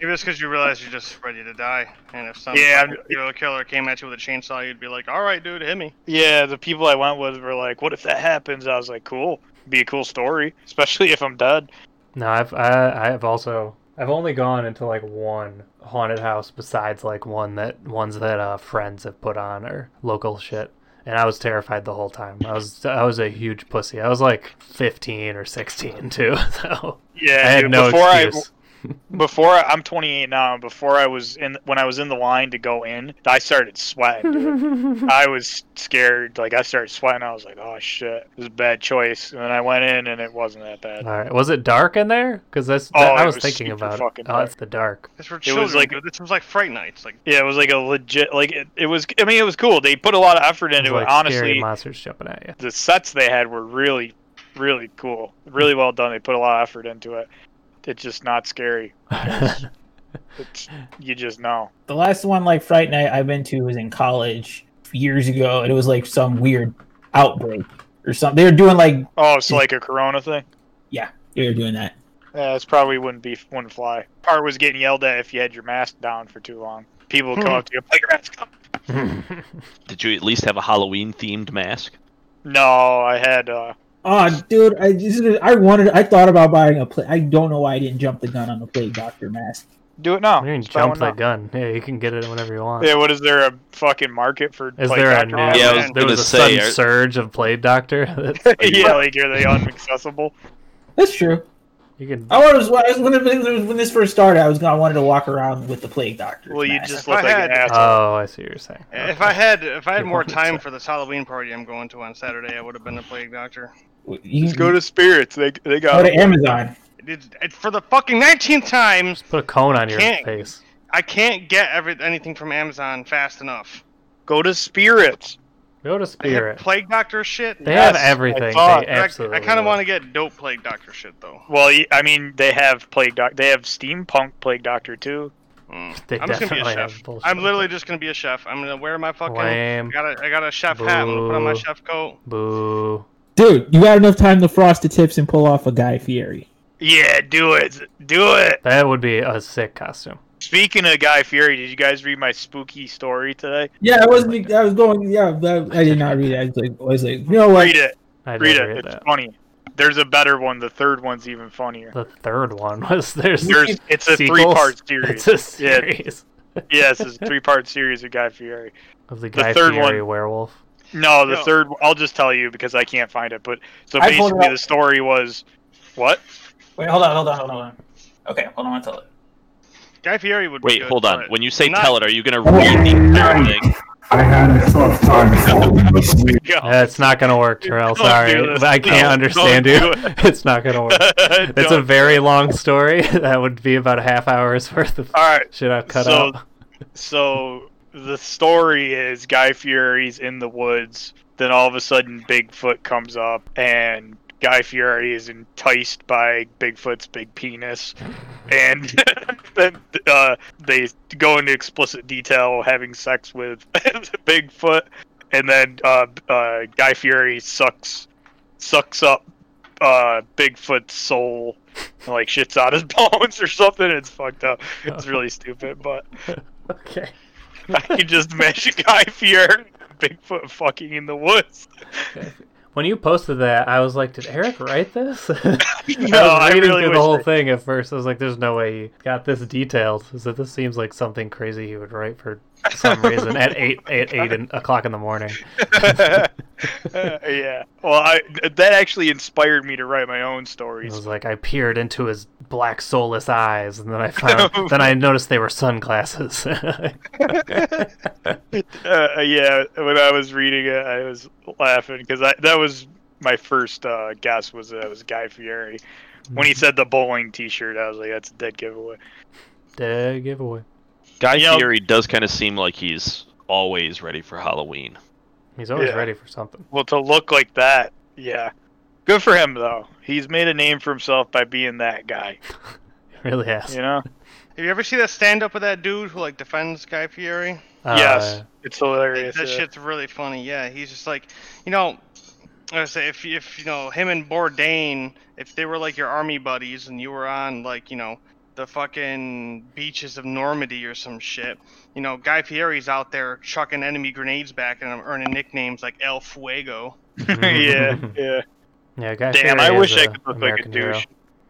Speaker 10: Maybe it's because you realize you're just ready to die, and if some
Speaker 1: Yeah,
Speaker 10: fucking serial killer came at you with a chainsaw, you'd be like, "All right, dude, hit me."
Speaker 1: Yeah, the people I went with were like, "What if that happens?" I was like, "Cool, be a cool story, especially if I'm dead."
Speaker 2: [laughs] No, I've I, I've also I've only gone into like one haunted house besides like one that ones that uh, friends have put on or local shit, and I was terrified the whole time. I was I was a huge pussy. I was like fifteen or sixteen too, [laughs] so
Speaker 1: Yeah,
Speaker 2: I had
Speaker 1: dude,
Speaker 2: no
Speaker 1: before I-
Speaker 2: excuse.
Speaker 1: Before I, I'm 28 now, before I was in when I was in the line to go in, I started sweating. dude. I was scared. Like I started sweating. I was like, "Oh shit, this is a bad choice." And then I went in, and it wasn't that bad.
Speaker 2: All right, was it dark in there? Because that's
Speaker 1: Oh,
Speaker 2: that, I
Speaker 1: it
Speaker 2: was,
Speaker 1: was
Speaker 2: thinking
Speaker 1: super
Speaker 2: about it.
Speaker 1: fucking
Speaker 2: Oh, it's the dark.
Speaker 10: It's for
Speaker 1: It
Speaker 10: children.
Speaker 1: was like-
Speaker 10: dude. this was like Fright Nights. Like,
Speaker 1: Yeah, it was like a legit. Like it, it was. I mean, it was cool. They put a lot of effort
Speaker 2: It
Speaker 1: into it.
Speaker 2: was like scary
Speaker 1: Honestly,
Speaker 2: monsters jumping at
Speaker 1: [laughs]
Speaker 2: you.
Speaker 1: the sets they had were really, really cool. Really well done. They put a lot of effort into it. It's just not scary.
Speaker 2: [laughs]
Speaker 1: It's, it's- you just know.
Speaker 3: The last one, like Fright Night, I've been to was in college years ago, and it was like some weird outbreak or something. They were doing like
Speaker 1: Oh, it's like a Corona thing.
Speaker 3: yeah, they were doing that.
Speaker 1: Yeah, it's probably wouldn't be wouldn't fly. Part was getting yelled at if you had your mask down for too long. People would
Speaker 2: Hmm.
Speaker 1: come up to you, put your mask up.
Speaker 11: Did you at least have a Halloween themed mask?
Speaker 1: No, I had. uh
Speaker 3: Oh, dude, I just I wanted I thought about buying a play. I don't know why I didn't jump the gun on the plague doctor mask.
Speaker 1: Do it now.
Speaker 2: You can
Speaker 1: Just buy one
Speaker 2: jump the
Speaker 1: now.
Speaker 2: gun. Yeah, you can get it whenever you want.
Speaker 1: Yeah, what is there a fucking market for?
Speaker 2: Is
Speaker 1: like,
Speaker 2: there a
Speaker 1: Dr.
Speaker 2: new?
Speaker 1: Oz?
Speaker 11: Yeah, I was
Speaker 2: there
Speaker 11: gonna
Speaker 2: was a
Speaker 11: say,
Speaker 2: sudden
Speaker 11: are-
Speaker 2: surge of Blade Doctor. [laughs] That's-
Speaker 1: [laughs] yeah, like are they unaccessible?
Speaker 3: That's true.
Speaker 2: you can.
Speaker 3: I was I was- when, it- when this first started, I was gonna I wanted to walk around with the plague doctor.
Speaker 1: Well, you
Speaker 3: mask.
Speaker 1: just
Speaker 10: If I
Speaker 1: look like
Speaker 10: had-
Speaker 1: an asshole.
Speaker 2: Oh, I see what you're saying.
Speaker 10: if I had, if I had
Speaker 2: Your
Speaker 10: more
Speaker 2: pocket's
Speaker 10: time
Speaker 2: up.
Speaker 10: for this Halloween party I'm going to on Saturday, I would have been a plague doctor.
Speaker 3: You
Speaker 1: Just Um, go to Spirits. They they
Speaker 3: go
Speaker 1: got.
Speaker 3: to Amazon.
Speaker 10: It- it- for the fucking nineteenth time,
Speaker 2: Put a cone on your
Speaker 10: Can't-
Speaker 2: face.
Speaker 10: I can't get every, anything from Amazon fast enough.
Speaker 1: Go to Spirits.
Speaker 2: Go to
Speaker 10: They have
Speaker 2: Spirit.
Speaker 10: plague doctor shit.
Speaker 2: They
Speaker 1: Yes,
Speaker 2: have everything.
Speaker 1: thought-
Speaker 2: They
Speaker 1: I-
Speaker 10: But I-
Speaker 2: absolutely.
Speaker 10: I kind of
Speaker 2: will.
Speaker 10: want to get dope plague doctor shit though.
Speaker 1: Well, y- I mean, they have plague doc. They have steampunk plague doctor too.
Speaker 10: Mm.
Speaker 2: They
Speaker 10: I'm just gonna be a
Speaker 2: definitely have
Speaker 10: chef.
Speaker 2: bullshit
Speaker 10: I'm
Speaker 2: like
Speaker 10: literally just gonna be a chef. I'm gonna wear my fucking. I
Speaker 2: Lame.
Speaker 10: got a, I got a chef hat. I'm gonna put on my
Speaker 2: Boo.
Speaker 10: chef coat.
Speaker 2: Boo.
Speaker 3: Dude, you got enough time to frost the tips and pull off a Guy Fieri.
Speaker 1: Yeah, do it, do it.
Speaker 2: That would be a sick costume.
Speaker 1: Speaking of Guy Fury, did you guys read my spooky story today?
Speaker 3: Yeah, I wasn't. I was going. Yeah, I, I did not read it. I was like, I was like, you know what?
Speaker 1: Read it,
Speaker 2: I did
Speaker 1: read it.
Speaker 2: read
Speaker 1: It's
Speaker 2: that.
Speaker 1: funny. There's a better one. The third one's even funnier.
Speaker 2: The third one [laughs] was there's.
Speaker 1: There's it's a
Speaker 2: sequels?
Speaker 1: three part series.
Speaker 2: [laughs] It's a
Speaker 1: Yeah.
Speaker 2: series
Speaker 1: yes, it's a three part series of Guy Fury.
Speaker 2: of the
Speaker 1: The
Speaker 2: Guy
Speaker 1: third
Speaker 2: Fieri
Speaker 1: one-
Speaker 2: werewolf.
Speaker 1: No, the
Speaker 10: No.
Speaker 1: third. I'll just tell you because I can't find it. But so
Speaker 3: I pulled it
Speaker 1: basically,
Speaker 3: up.
Speaker 1: the story was what?
Speaker 3: Wait, hold on, hold on, hold on, hold on. Okay, hold on, I'll tell it.
Speaker 10: Guy Fieri would. be
Speaker 11: Wait,
Speaker 10: good,
Speaker 11: hold on.
Speaker 10: but
Speaker 11: When you say
Speaker 10: I'm not-
Speaker 11: tell it, are you gonna read the entire thing?
Speaker 12: I had a tough time following this lead.
Speaker 1: Go.
Speaker 2: Uh, it's not gonna work, Terrell.
Speaker 1: Oh, Don't do
Speaker 2: Sorry,
Speaker 1: this.
Speaker 2: But I can't
Speaker 1: No,
Speaker 2: understand
Speaker 1: don't
Speaker 2: you.
Speaker 1: do
Speaker 2: [laughs] It's not
Speaker 1: [laughs]
Speaker 2: gonna work. It's
Speaker 1: [laughs]
Speaker 2: a
Speaker 1: Don't-
Speaker 2: very long story. [laughs] that would be about a half hour's worth of
Speaker 1: All right.
Speaker 2: shit I've cut
Speaker 1: so-
Speaker 2: out.
Speaker 1: So the story is Guy Fury's in the woods. Then all of a sudden, Bigfoot comes up, and Guy Fury is enticed by Bigfoot's big penis, and [laughs] then uh, they go into explicit detail having sex with [laughs] Bigfoot, and then uh, uh, Guy Fury sucks sucks up uh, Bigfoot's soul, and, like shits out his [laughs] bones or something. It's fucked up. It's really stupid, but
Speaker 2: [laughs] Okay.
Speaker 1: I can just imagine [laughs] Guy Fieri, and Bigfoot fucking in the woods.
Speaker 2: When you posted that, I was like, "Did Eric write
Speaker 1: [laughs]
Speaker 2: this?" [laughs] no,
Speaker 1: I really
Speaker 2: reading through
Speaker 1: wish
Speaker 2: the whole
Speaker 1: I-
Speaker 2: thing at first. I was like, "There's no way he got this detailed." So this seems like something crazy he would write for some reason at eight at eight in, o'clock in the morning.
Speaker 1: Uh, yeah. Well, I that actually inspired me to write my own
Speaker 2: It
Speaker 1: stories.
Speaker 2: was like I peered into his black soulless eyes, and
Speaker 1: [laughs]
Speaker 2: then I found then I noticed they were sunglasses. [laughs]
Speaker 1: Uh, yeah, when I was reading it, I was laughing because that was my first uh, guess was that it was Guy Fieri. When he said the bowling T-shirt, I was like, "That's a dead giveaway."
Speaker 2: Dead giveaway.
Speaker 11: Guy
Speaker 1: You know-
Speaker 11: Fieri does kind of seem like he's always ready for Halloween.
Speaker 2: He's always
Speaker 1: Yeah.
Speaker 2: ready for something.
Speaker 1: Well, to look like that, yeah. Good for him though. He's made a name for himself by being that guy.
Speaker 2: Really has.
Speaker 1: You know?
Speaker 10: Have you ever seen that stand up with that dude who like defends Guy Fieri?
Speaker 2: Uh,
Speaker 1: yes, it's hilarious.
Speaker 10: That
Speaker 1: yeah.
Speaker 10: shit's really funny. Yeah, he's just like, you know, I would say if if you know him and Bourdain, if they were like your army buddies and you were on like you know the fucking beaches of Normandy or some shit, you know, Guy Fieri's out there chucking enemy grenades back and earning nicknames like El Fuego.
Speaker 1: [laughs] [laughs] yeah, yeah.
Speaker 2: Uh, [laughs] Yeah, guy
Speaker 1: Damn,
Speaker 2: Fieri
Speaker 1: I
Speaker 2: is
Speaker 1: wish I
Speaker 2: a
Speaker 1: could look
Speaker 2: American
Speaker 1: like a
Speaker 2: hero.
Speaker 1: douche.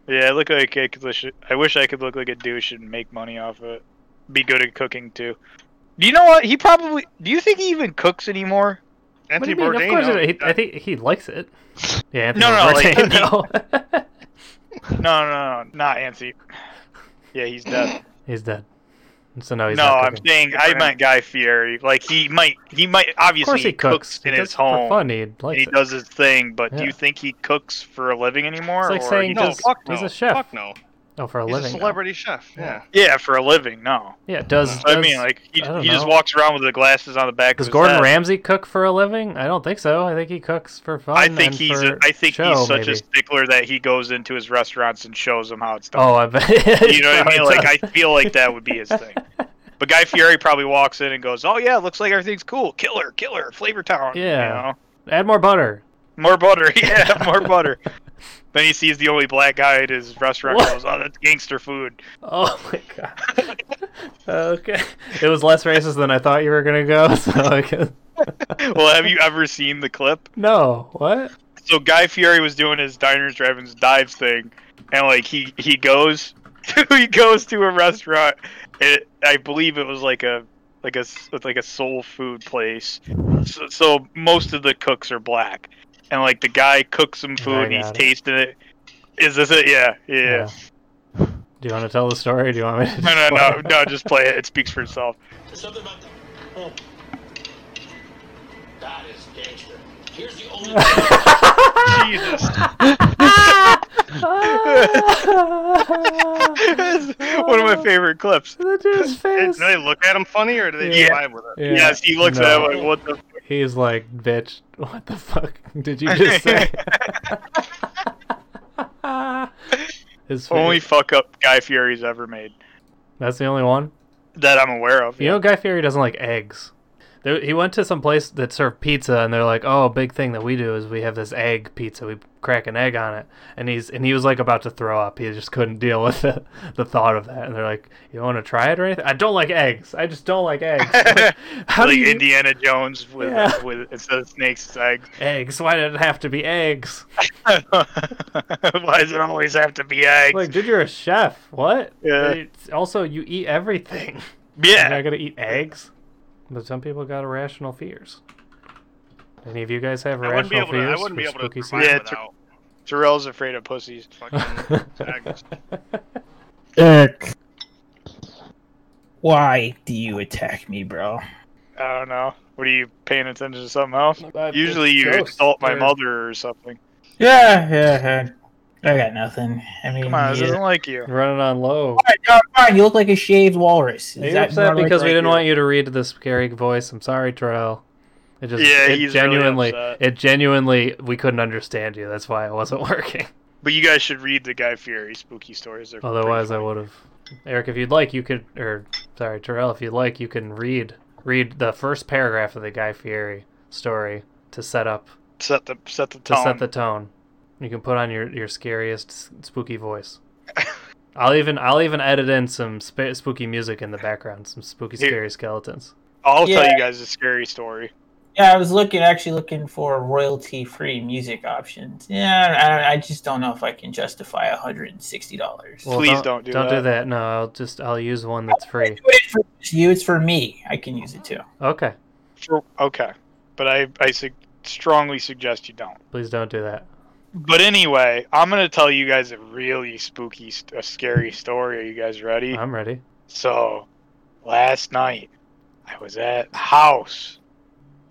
Speaker 1: Yeah, I look like a douche. I wish I could look like a douche and make money off of it. Be good at cooking too. You know what? He probably. Do you think he even cooks anymore?
Speaker 2: What do you mean? Of course, it- he, I think he
Speaker 1: [laughs]
Speaker 2: likes it. Yeah, Anthony
Speaker 1: No, no, like,
Speaker 2: Bourdain,
Speaker 1: he-
Speaker 2: though.
Speaker 1: [laughs] no, no, no, not Anthony. Yeah, he's dead.
Speaker 2: [laughs] he's dead. So [laughs] no, he's
Speaker 1: no,
Speaker 2: not
Speaker 1: I'm
Speaker 2: cooking.
Speaker 1: saying I meant Guy Fieri. Like he might, he might obviously
Speaker 2: he cooks. He
Speaker 1: in his
Speaker 2: does it for
Speaker 1: home.
Speaker 2: fun. He likes
Speaker 1: and he
Speaker 2: it.
Speaker 1: does his thing. But do
Speaker 2: Yeah.
Speaker 1: you think he cooks for a living anymore?
Speaker 2: It's like
Speaker 1: or
Speaker 2: saying
Speaker 1: he
Speaker 2: he does-
Speaker 1: just-
Speaker 10: Fuck no.
Speaker 2: He's a chef.
Speaker 10: Fuck no.
Speaker 2: Oh, for a
Speaker 10: He's a
Speaker 2: living.
Speaker 10: celebrity chef. Yeah.
Speaker 1: Yeah, for a living, no.
Speaker 2: Yeah, it does-
Speaker 1: So I mean,
Speaker 2: does-
Speaker 1: like he,
Speaker 2: I don't
Speaker 1: he just
Speaker 2: know.
Speaker 1: walks around with the glasses on the back.
Speaker 2: Does
Speaker 1: of his
Speaker 2: Gordon
Speaker 1: head.
Speaker 2: Ramsay cook for a living? I don't think so. I think he cooks for fun.
Speaker 1: I think
Speaker 2: and
Speaker 1: he's.
Speaker 2: for
Speaker 1: A, I think
Speaker 2: show,
Speaker 1: he's such
Speaker 2: maybe.
Speaker 1: a stickler that he goes into his restaurants and shows them how it's done.
Speaker 2: Oh, [laughs] I bet.
Speaker 1: [laughs] you know what I mean?
Speaker 2: Probably
Speaker 1: Like I
Speaker 2: does.
Speaker 1: feel like that would be his thing. But Guy Fieri probably walks in and goes, "Oh yeah, looks like everything's cool. Killer, killer, Flavor Town.
Speaker 2: Yeah.
Speaker 1: you know?
Speaker 2: [laughs] Add more butter.
Speaker 1: more butter. [laughs] Yeah, more butter." Then he sees the only black guy at his restaurant.
Speaker 2: What?
Speaker 1: and Goes, "Oh, that's gangster food."
Speaker 2: Oh my god.
Speaker 1: [laughs]
Speaker 2: okay. It was less racist than I thought you were gonna go. [laughs] So I guess...
Speaker 1: well, have you ever seen the clip?
Speaker 2: No. What?
Speaker 1: so Guy Fieri was doing his diners, drive-ins, dives thing, and like he he goes [laughs] he goes to a restaurant. And it, I believe it was like a like a s- it's like a soul food place. So, so most of the cooks are black, and like the guy cooks some food, and he's
Speaker 2: got it.
Speaker 1: tasting it. Is this it? Yeah, yeah.
Speaker 2: Do you want to tell the story? Or do you want me to?
Speaker 1: No, no,
Speaker 2: [laughs]
Speaker 1: no, no. Just play it. It speaks for itself.
Speaker 14: There's something about that. Oh. That is gangster. Here's the
Speaker 2: [laughs]
Speaker 14: only.
Speaker 1: Jesus.
Speaker 2: Ah!
Speaker 1: One of my favorite clips.
Speaker 2: [laughs] The
Speaker 1: [laughs]
Speaker 2: dude's
Speaker 10: Do
Speaker 2: face.
Speaker 10: they look at him funny or do they
Speaker 1: Yeah.
Speaker 10: just vibe with it?
Speaker 2: Yeah.
Speaker 1: Yes, he looks
Speaker 2: No.
Speaker 1: at him like, what the
Speaker 2: He's like, bitch. [laughs] What the fuck
Speaker 1: [laughs]
Speaker 2: did you just say? His face.
Speaker 1: only fuck up Guy Fieri's ever made
Speaker 2: That's the only one.
Speaker 1: that I'm aware of.
Speaker 2: You know, Guy Fieri doesn't like eggs. There, he went to some place that served pizza, and they're like, "Oh, a big thing that we do is we have this egg pizza. We crack an egg on it." And he's and he was like about to throw up. He just couldn't deal [laughs] with the, the thought of that. And they're like, "You want to try it or anything?" I don't like eggs. I just don't
Speaker 1: [laughs]
Speaker 2: like eggs. Like, how
Speaker 1: like
Speaker 2: do you
Speaker 1: Indiana Jones with [laughs]
Speaker 2: Yeah.
Speaker 1: with instead of snakes, it's eggs. [laughs]
Speaker 2: eggs? Why did it have to be eggs?
Speaker 1: Why does it always have to be eggs?
Speaker 2: Like, dude, you're a chef. What?
Speaker 1: Yeah.
Speaker 2: It's- also, you eat everything. [laughs]
Speaker 1: Yeah.
Speaker 2: You're not gonna eat eggs. But some people got irrational fears. Any of you guys have
Speaker 10: I wouldn't be
Speaker 2: irrational
Speaker 10: able to- I
Speaker 2: fears for
Speaker 10: wouldn't be able to
Speaker 2: spooky
Speaker 10: provide
Speaker 1: yeah,
Speaker 2: season?
Speaker 1: Ter- Terrell's afraid of pussies. [laughs]
Speaker 10: Fucking eggs.
Speaker 3: Eric, why do you attack me, bro?
Speaker 1: I don't know. What are you paying attention to something else?
Speaker 2: [laughs]
Speaker 10: [laughs]
Speaker 2: I've-
Speaker 1: Usually
Speaker 2: it's
Speaker 1: you
Speaker 2: ghosts. Mm-hmm.
Speaker 1: insult my
Speaker 2: They're-
Speaker 1: mother or something.
Speaker 3: Yeah, yeah, yeah. I got nothing. I mean,
Speaker 1: Come on, this
Speaker 3: yeah.
Speaker 1: isn't like you.
Speaker 2: Running on low.
Speaker 3: Alright, no, fine. You look like a shaved walrus.
Speaker 2: Are you upset because we didn't want you to read the scary voice? I'm sorry, Terrell. It just
Speaker 1: Yeah,
Speaker 2: it
Speaker 1: he's really
Speaker 2: genuinely
Speaker 1: upset.
Speaker 2: it genuinely we couldn't understand you. That's why it wasn't [laughs] working.
Speaker 1: But you guys should read the Guy Fieri spooky stories. They're pretty
Speaker 2: Otherwise, I
Speaker 1: funny.
Speaker 2: would have. Eric, if you'd like, you could, or sorry, Terrell, if you'd like, you can read read the first paragraph of the Guy Fieri story to set up
Speaker 1: set the set the
Speaker 2: to
Speaker 1: tone.
Speaker 2: set the tone. You can put on your your scariest s- spooky voice. I'll even I'll even edit in some sp- spooky music in the background, some spooky
Speaker 1: Here.
Speaker 2: scary skeletons.
Speaker 1: I'll tell
Speaker 3: Yeah.
Speaker 1: you guys a scary story.
Speaker 3: Yeah, I was looking, actually looking for royalty-free music options. Yeah, I, I just don't know if I can justify hundred and sixty dollars.
Speaker 2: Well,
Speaker 1: Please don't do
Speaker 2: don't
Speaker 1: that.
Speaker 2: do that. No, I'll just I'll use one that's free.
Speaker 3: It's for you, it's for me. I can use it too.
Speaker 2: Okay,
Speaker 1: Sure, Okay, but I I su- strongly suggest you don't.
Speaker 2: please don't do that.
Speaker 1: But anyway, I'm gonna tell you guys a really spooky, st- a scary story. Are you guys ready?
Speaker 2: I'm ready.
Speaker 1: So, last night, I was at the house.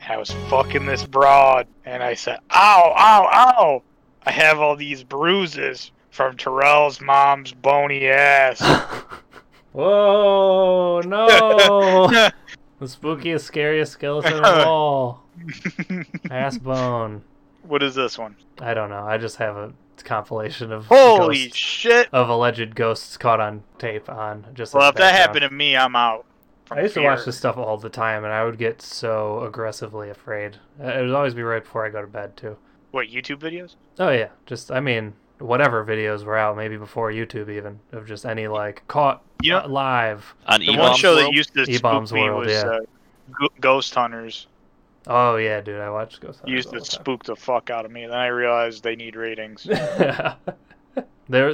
Speaker 1: And I was fucking this broad, and I said, "Ow, ow, ow! I have all these bruises from Terrell's mom's bony ass."
Speaker 2: [gasps] [laughs] Whoa,
Speaker 1: [laughs]
Speaker 2: no! the spookiest, scariest skeleton of all. Ass bone.
Speaker 1: What is this one?
Speaker 2: I don't know. I just have a compilation of
Speaker 1: Holy
Speaker 2: ghosts-
Speaker 1: shit!
Speaker 2: of alleged ghosts caught on tape on just.
Speaker 1: Well,
Speaker 2: as
Speaker 1: if that
Speaker 2: background.
Speaker 1: happened to me, I'm out. from
Speaker 2: I used to watch
Speaker 1: fear.
Speaker 2: this stuff all the time, and I would get so aggressively afraid. Uh, It would always be right before I go to bed too.
Speaker 1: What YouTube videos?
Speaker 2: Oh yeah, just I mean whatever videos were out, maybe before YouTube even of just any like caught
Speaker 1: You know-
Speaker 2: uh, live
Speaker 11: On
Speaker 1: The one
Speaker 11: E-Bombs
Speaker 1: show that
Speaker 11: World?
Speaker 1: used to
Speaker 2: E-Bombs
Speaker 1: spook me
Speaker 2: World,
Speaker 1: was
Speaker 2: yeah.
Speaker 1: uh, Go- Ghost Hunters.
Speaker 2: Oh yeah, dude, I watched Ghost Hunters.
Speaker 1: used
Speaker 2: all
Speaker 1: to
Speaker 2: the time.
Speaker 1: spook the fuck out of me. Then I realized they need
Speaker 2: [laughs]
Speaker 1: ratings.
Speaker 2: there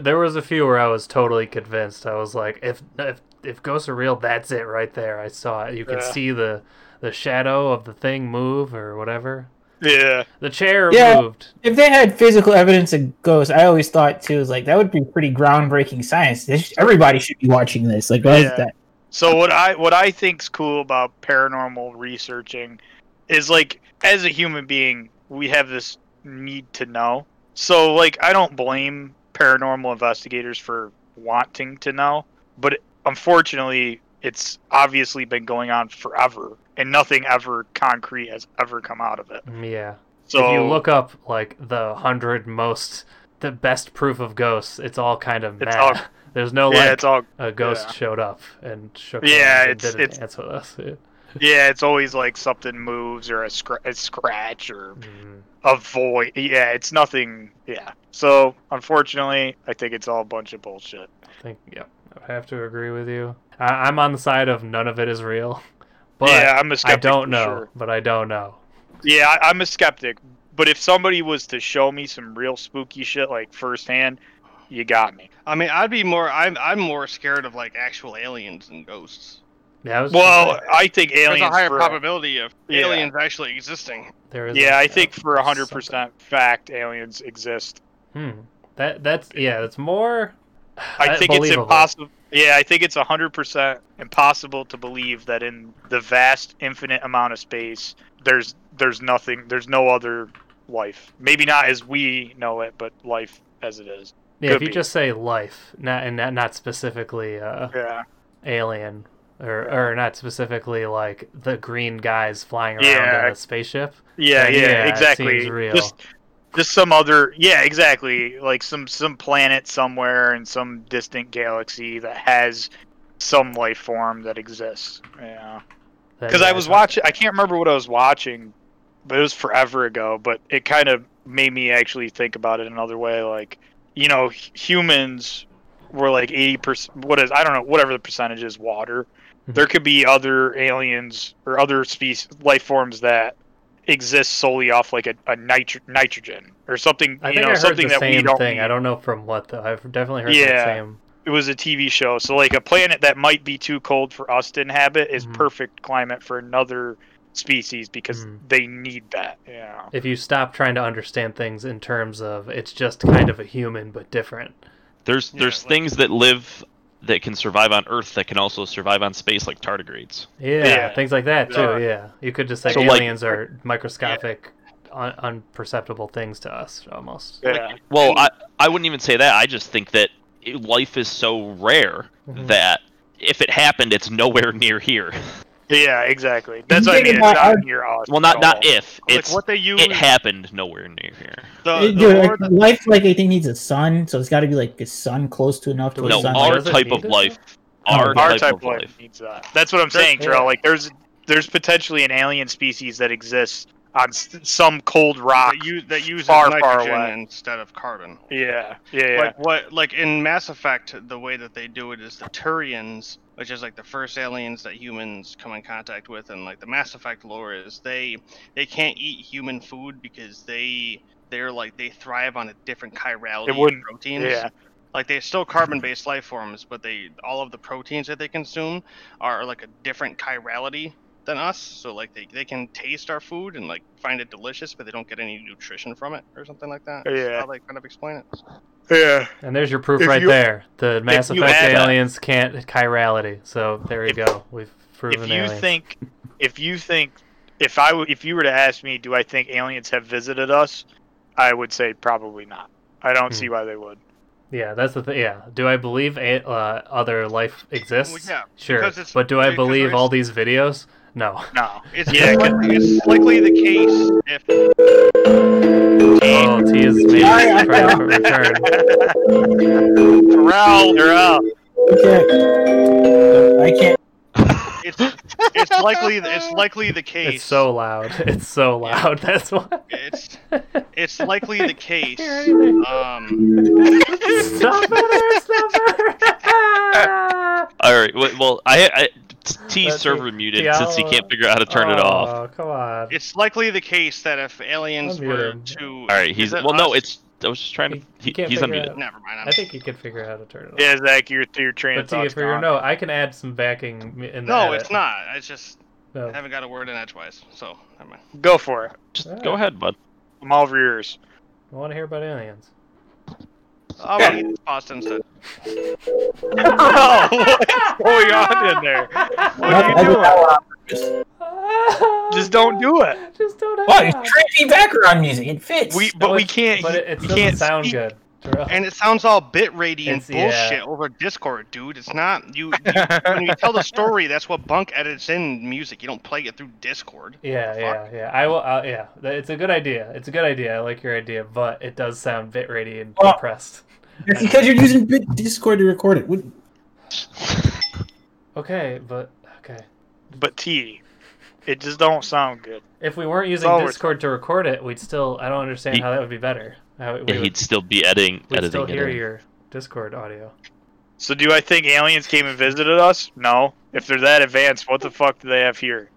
Speaker 2: there was a few where I was totally convinced. I was like, if if if ghosts are real, that's it right there. I saw it. You can
Speaker 1: Yeah.
Speaker 2: see the the shadow of the thing move or whatever.
Speaker 1: Yeah.
Speaker 2: The chair
Speaker 3: Yeah.
Speaker 2: moved.
Speaker 3: If they had physical evidence of ghosts, I always thought too is like that would be pretty groundbreaking science. This, everybody should be watching this. Like what is
Speaker 1: Yeah.
Speaker 3: that?
Speaker 1: So what I what I think's cool about paranormal researching is like as a human being, we have this need to know. So like I don't blame paranormal investigators for wanting to know, but unfortunately, it's obviously been going on forever and nothing ever concrete has ever come out of it.
Speaker 2: Mm, Yeah.
Speaker 1: So
Speaker 2: if you look up like the hundred most the best proof of ghosts, it's all kind of
Speaker 1: It's
Speaker 2: that.
Speaker 1: all-
Speaker 2: [laughs] There's no
Speaker 1: Yeah,
Speaker 2: like
Speaker 1: it's
Speaker 2: [laughs]
Speaker 1: all-
Speaker 2: a ghost
Speaker 1: yeah.
Speaker 2: showed up and shook
Speaker 1: Yeah,
Speaker 2: hands and
Speaker 1: it's-
Speaker 2: didn't
Speaker 1: it's-
Speaker 2: dance with us. [laughs] Yeah.
Speaker 1: yeah, it's always like something moves or a, scr- a scratch or
Speaker 2: Mm.
Speaker 1: a void. Yeah, it's nothing. Yeah. So unfortunately, I think it's all a bunch of bullshit.
Speaker 2: I think yeah, I would have to agree with you. I, I'm on the side of none of it is real, [laughs] but
Speaker 1: Yeah, I'm a
Speaker 2: I
Speaker 1: skeptic
Speaker 2: don't
Speaker 1: for
Speaker 2: know.
Speaker 1: sure.
Speaker 2: But I don't know.
Speaker 1: Yeah, I, I'm a skeptic, but if somebody was to show me some real spooky shit like firsthand, you got me.
Speaker 10: I mean, I'd be more. I'm. I'm more scared of like actual aliens and ghosts.
Speaker 2: Yeah, I was
Speaker 1: Well, I think aliens.
Speaker 10: There's a higher
Speaker 1: for-
Speaker 10: probability of
Speaker 1: Yeah.
Speaker 10: aliens actually existing.
Speaker 2: there is.
Speaker 1: Yeah,
Speaker 2: a-
Speaker 1: I think for 100% fact, aliens exist.
Speaker 2: Hmm. That that's yeah, that's more.
Speaker 1: I
Speaker 2: uh,
Speaker 1: think it's
Speaker 2: believable.
Speaker 1: impossible. Yeah, I think it's 100% impossible to believe that in the vast infinite amount of space there's there's nothing there's no other life. Maybe not as we know it, but life as it is.
Speaker 2: Yeah, if
Speaker 1: Could
Speaker 2: you
Speaker 1: be.
Speaker 2: just say life, not and not, not specifically uh,
Speaker 1: Yeah.
Speaker 2: alien, or or not specifically like the green guys flying around
Speaker 1: Yeah.
Speaker 2: in a spaceship.
Speaker 1: Yeah,
Speaker 2: then
Speaker 1: yeah,
Speaker 2: it
Speaker 1: exactly.
Speaker 2: seems real.
Speaker 1: Just just some other yeah, exactly. Like some some planet somewhere in some distant galaxy that has some life form that exists. Yeah.
Speaker 2: That-
Speaker 1: Because
Speaker 2: yeah,
Speaker 1: I was
Speaker 2: it's not-
Speaker 1: watching, I can't remember what I was watching, but it was forever ago. But it kind of made me actually think about it another way. Like, you know, h- humans were like 80%, what is, I don't know, whatever the percentage is, water.
Speaker 2: Mm-hmm.
Speaker 1: There could be other aliens or other species, life forms that exist solely off like a, a nitro- nitrogen or something,
Speaker 2: I
Speaker 1: you
Speaker 2: think
Speaker 1: know,
Speaker 2: I heard
Speaker 1: something
Speaker 2: the
Speaker 1: that we
Speaker 2: same
Speaker 1: don't
Speaker 2: thing.
Speaker 1: need
Speaker 2: I don't know from what though. I've definitely heard that
Speaker 1: yeah,
Speaker 2: same.
Speaker 1: it was a TV show. So like a planet that might be too cold for us to inhabit is perfect climate for another species because they need that. Yeah.
Speaker 2: If you stop trying to understand things in terms of it's just kind of a human but different.
Speaker 11: There's there's things that live that can survive on Earth that can also survive on space, like tardigrades.
Speaker 2: Yeah,
Speaker 1: Yeah.
Speaker 2: things like that too.
Speaker 1: Yeah.
Speaker 2: Yeah, you could just say
Speaker 11: So, like-
Speaker 2: aliens are microscopic, un- unperceptible things to us almost.
Speaker 1: Yeah.
Speaker 11: Well, I I wouldn't even say that. I just think that i- life is so rare
Speaker 2: Mhm.
Speaker 11: that if it happened, it's nowhere near here.
Speaker 1: Yeah, exactly. That's what I
Speaker 3: Thinking
Speaker 1: mean. It's
Speaker 3: about-
Speaker 1: not
Speaker 3: I-
Speaker 1: near us.
Speaker 11: Well, not
Speaker 1: at
Speaker 11: not
Speaker 1: all.
Speaker 11: if it's
Speaker 10: what they use-
Speaker 11: It happened nowhere near here.
Speaker 10: The,
Speaker 3: Dude,
Speaker 10: the
Speaker 3: like,
Speaker 10: more the-
Speaker 3: life like I think needs a sun, so it's got to be like a sun close to enough to a
Speaker 11: no,
Speaker 3: sun.
Speaker 11: our
Speaker 3: like-
Speaker 11: type of life, our,
Speaker 1: Our
Speaker 11: type,
Speaker 1: type
Speaker 11: of
Speaker 1: of
Speaker 11: life.
Speaker 1: needs that. That's what I'm saying, Terrell. Like there's there's potentially an alien species that exists on s- some cold rock.
Speaker 10: that use that uses
Speaker 1: far,
Speaker 10: nitrogen
Speaker 1: far away.
Speaker 10: instead of carbon.
Speaker 1: Yeah. Yeah. yeah.
Speaker 10: Like what? Like in Mass Effect, the way that they do it is the Turians, which is like the first aliens that humans come in contact with, and like the Mass Effect lore is they they can't eat human food because they they're like they thrive on a different chirality
Speaker 1: It wouldn't-
Speaker 10: of proteins.
Speaker 1: yeah.
Speaker 10: Like they're still carbon-based life forms, but they all of the proteins that they consume are like a different chirality than us. So like they, they can taste our food and like find it delicious, but they don't get any nutrition from it or something like that. That's
Speaker 1: Yeah.
Speaker 10: How they kind of explain it.
Speaker 1: yeah.
Speaker 2: And there's your proof
Speaker 1: If
Speaker 2: right
Speaker 1: you-
Speaker 2: there. The Mass
Speaker 1: you
Speaker 2: Effect
Speaker 1: add that-
Speaker 2: aliens can't chirality. So there you go. We've proven
Speaker 1: if you
Speaker 2: aliens.
Speaker 1: think if you think if I w- if you were to ask me do I think aliens have visited us I would say probably not I
Speaker 2: Hmm.
Speaker 1: don't see why they would
Speaker 2: Yeah, that's the thing. Yeah, do I believe a, uh, other life exists?
Speaker 10: yeah,
Speaker 2: sure.
Speaker 10: because it's-
Speaker 2: But do I
Speaker 10: because
Speaker 2: believe
Speaker 10: there's-
Speaker 2: all these videos? No.
Speaker 1: no [laughs]
Speaker 10: It's,
Speaker 1: Yeah, it
Speaker 10: it's, likely, it's likely the case if
Speaker 2: Oh, T
Speaker 1: [laughs]
Speaker 2: is made a triumphant return.
Speaker 1: Corral, you're out.
Speaker 3: I can't.
Speaker 10: It's it's likely it's likely the case.
Speaker 2: It's so loud. [laughs] It's so loud. [laughs] That's why.
Speaker 10: It's it's likely the case. Um,
Speaker 2: [laughs] Stop it, stop
Speaker 11: All right. wait, Well, I, I T
Speaker 2: That's
Speaker 11: server
Speaker 2: it.
Speaker 11: muted
Speaker 2: Yeah, uh,
Speaker 11: since he
Speaker 2: I'll-
Speaker 11: can't figure out how to turn it off.
Speaker 2: Oh, come on.
Speaker 10: it's likely the case that if aliens
Speaker 2: Unmute
Speaker 10: were
Speaker 2: him.
Speaker 10: to
Speaker 11: All right. He's
Speaker 10: is it
Speaker 11: well. No,
Speaker 10: us?
Speaker 11: it's. I was just trying to. He,
Speaker 2: can't
Speaker 11: he's
Speaker 2: figure it
Speaker 11: unmuted.
Speaker 2: out.
Speaker 10: never mind.
Speaker 2: I think you could figure out how to turn it off.
Speaker 1: Yeah, Zach, your your train
Speaker 2: But
Speaker 1: of
Speaker 2: to get
Speaker 1: thought's
Speaker 2: for your
Speaker 1: gone.
Speaker 2: no, I can add some backing in the
Speaker 10: no,
Speaker 2: edit.
Speaker 10: it's not. It's just
Speaker 2: No.
Speaker 10: I haven't got a word in edgewise, so never mind.
Speaker 1: Go for it.
Speaker 11: Just
Speaker 2: Alright.
Speaker 11: go ahead, bud.
Speaker 1: I'm all over
Speaker 2: [laughs]
Speaker 1: yours.
Speaker 2: I want to hear about aliens.
Speaker 10: I'm gonna eat pasta instead.
Speaker 1: oh, [laughs] what- what's going on in there? What are you doing? [laughs] Just don't do it.
Speaker 2: [laughs] Just don't have
Speaker 15: What? It's trippy background music. It fits.
Speaker 1: We, but we can't.
Speaker 2: But it, it
Speaker 1: we
Speaker 2: doesn't
Speaker 1: can't
Speaker 2: sound
Speaker 1: speak.
Speaker 2: good.
Speaker 10: And it sounds all bit ratey and
Speaker 2: It's- yeah.
Speaker 10: bullshit over Discord, dude. It's not you, you when you
Speaker 2: [laughs]
Speaker 10: tell the story, that's what bunk edits in music. You don't play it through Discord.
Speaker 2: [laughs] Yeah, yeah, yeah. I will. Uh, yeah, Th- it's a good idea. It's a good idea. I like your idea, but it does sound bit ratty and compressed.
Speaker 15: That's because you're using Bit- Discord to record it. What-
Speaker 2: Okay, but okay.
Speaker 1: But T, it just don't sound good.
Speaker 2: If we weren't using
Speaker 1: Forward.
Speaker 2: Discord to record it, we'd still. I don't understand
Speaker 11: He-
Speaker 2: how that would be better. How it- we
Speaker 11: Yeah,
Speaker 2: would-
Speaker 11: he'd still be editing.
Speaker 2: we'd
Speaker 11: editing
Speaker 2: still
Speaker 11: it
Speaker 2: hear
Speaker 11: in.
Speaker 2: your Discord audio.
Speaker 1: So do I think aliens came and visited us? No. If they're that advanced, what the fuck do they have here?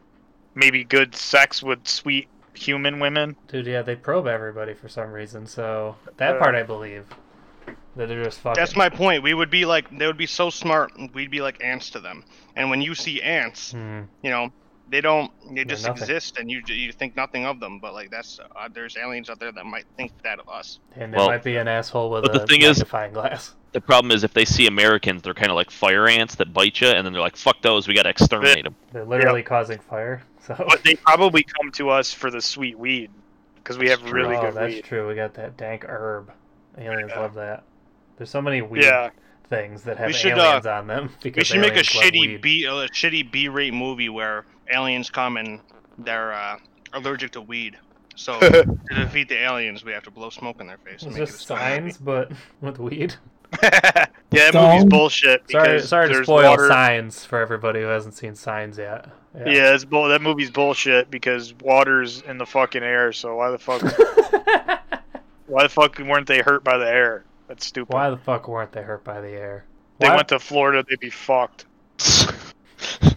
Speaker 1: Maybe good sex with sweet human women.
Speaker 2: Dude, yeah, they probe everybody for some reason. So that part I believe. That they're just fucking.
Speaker 10: That's my point. We would be like they would be so smart. We'd be like ants to them. And when you see ants,
Speaker 2: Hmm.
Speaker 10: you know they don't. They just
Speaker 2: nothing.
Speaker 10: exist, and you you think nothing of them. But like that's uh, there's aliens out there that might think that of us.
Speaker 2: And there
Speaker 11: Well,
Speaker 2: might be an asshole with
Speaker 11: but the
Speaker 2: a
Speaker 11: thing is-
Speaker 2: magnifying glass. [laughs]
Speaker 11: The problem is if they see Americans, they're kind of like fire ants that bite you, and then they're like, "Fuck those, we gotta
Speaker 10: [laughs]
Speaker 11: exterminate them."
Speaker 2: They're literally causing fire. [laughs] So.
Speaker 1: But they probably come to us for the sweet weed because we have really
Speaker 2: oh,
Speaker 1: good
Speaker 2: that's
Speaker 1: weed.
Speaker 2: true. We got that dank herb. Aliens love that. There's so many weird
Speaker 1: Yeah. [laughs]
Speaker 2: things that have
Speaker 10: We should,
Speaker 2: aliens
Speaker 10: uh,
Speaker 2: on them. [laughs]
Speaker 10: we
Speaker 2: Because
Speaker 10: should make a
Speaker 2: aliens love
Speaker 10: shitty
Speaker 2: weed.
Speaker 10: B a shitty B rate movie where aliens come and they're uh, allergic to weed. So to defeat the aliens, we have to blow smoke in their face. and
Speaker 2: It's
Speaker 10: make
Speaker 2: just
Speaker 10: it a
Speaker 2: signs, but [laughs] with weed.
Speaker 1: Yeah, that movie's bullshit.
Speaker 2: Sorry,
Speaker 1: because
Speaker 2: sorry to
Speaker 1: there's
Speaker 2: spoil
Speaker 1: water-
Speaker 2: signs for everybody who hasn't seen signs yet.
Speaker 1: Yeah, it's bull. That movie's bullshit because water's in the fucking air. So why the
Speaker 2: [laughs]
Speaker 1: fuck? why the fuck weren't they hurt by the air? That's stupid.
Speaker 2: [laughs] Why the fuck weren't they hurt by the air?
Speaker 1: They
Speaker 2: Why-
Speaker 1: went to Florida, they'd be fucked.
Speaker 11: Uh,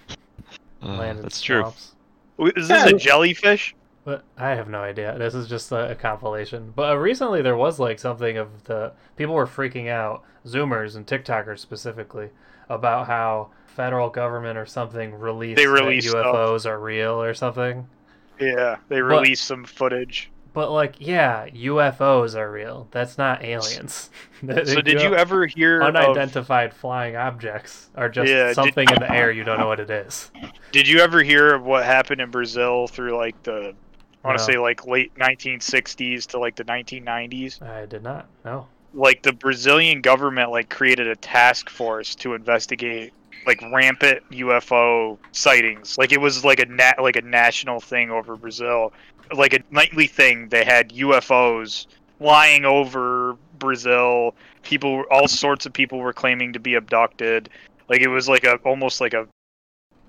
Speaker 2: [laughs] Land in
Speaker 11: that's true.
Speaker 2: swamps.
Speaker 1: Wait, Is this a jellyfish?
Speaker 2: But I have no idea. This is just a, a compilation. But uh, recently there was like something of the people were freaking out, Zoomers and TikTokers specifically, about how federal government or something released
Speaker 1: They
Speaker 2: that
Speaker 1: released stuff.
Speaker 2: UFOs are real or something.
Speaker 1: Yeah, they released some footage.
Speaker 2: But like, yeah, UFOs are real. That's not
Speaker 1: [laughs]
Speaker 2: aliens. [laughs] They-
Speaker 1: So
Speaker 2: they
Speaker 1: did
Speaker 2: do-
Speaker 1: you ever hear of-
Speaker 2: unidentified flying objects are just
Speaker 1: Yeah, did-
Speaker 2: something
Speaker 1: [laughs]
Speaker 2: in the air you don't know what it is?
Speaker 1: Did you ever hear of what happened in Brazil through like the, I want
Speaker 2: No.
Speaker 1: to say like late 1960s to like the 1990s?
Speaker 2: I did not. No.
Speaker 1: Like the Brazilian government like created a task force to investigate like rampant UFO sightings. Like it was like a nat like a national thing over Brazil, like a nightly thing. They had UFOs flying over Brazil. People, all sorts of people were claiming to be abducted. Like it was like a almost like a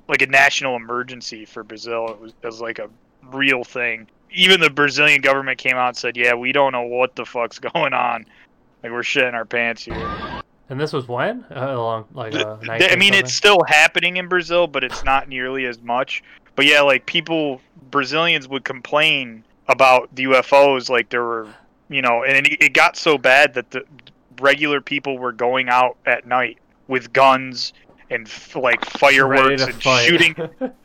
Speaker 1: like a national emergency for Brazil. It was, it was like a real thing. Even the Brazilian government came out and said, "Yeah, we don't know what the fuck's [laughs] going on. Like we're shitting our pants here."
Speaker 2: And this was when? Uh, along like uh,
Speaker 1: Th- [laughs] I mean, it's still happening in Brazil, but it's not nearly as much. But yeah, like people, Brazilians would complain about the UFOs, like there were, you know, and it, it got so bad that the regular people were going out at night with guns and f- like fireworks
Speaker 2: to
Speaker 1: and
Speaker 2: fight. [laughs]
Speaker 1: shooting,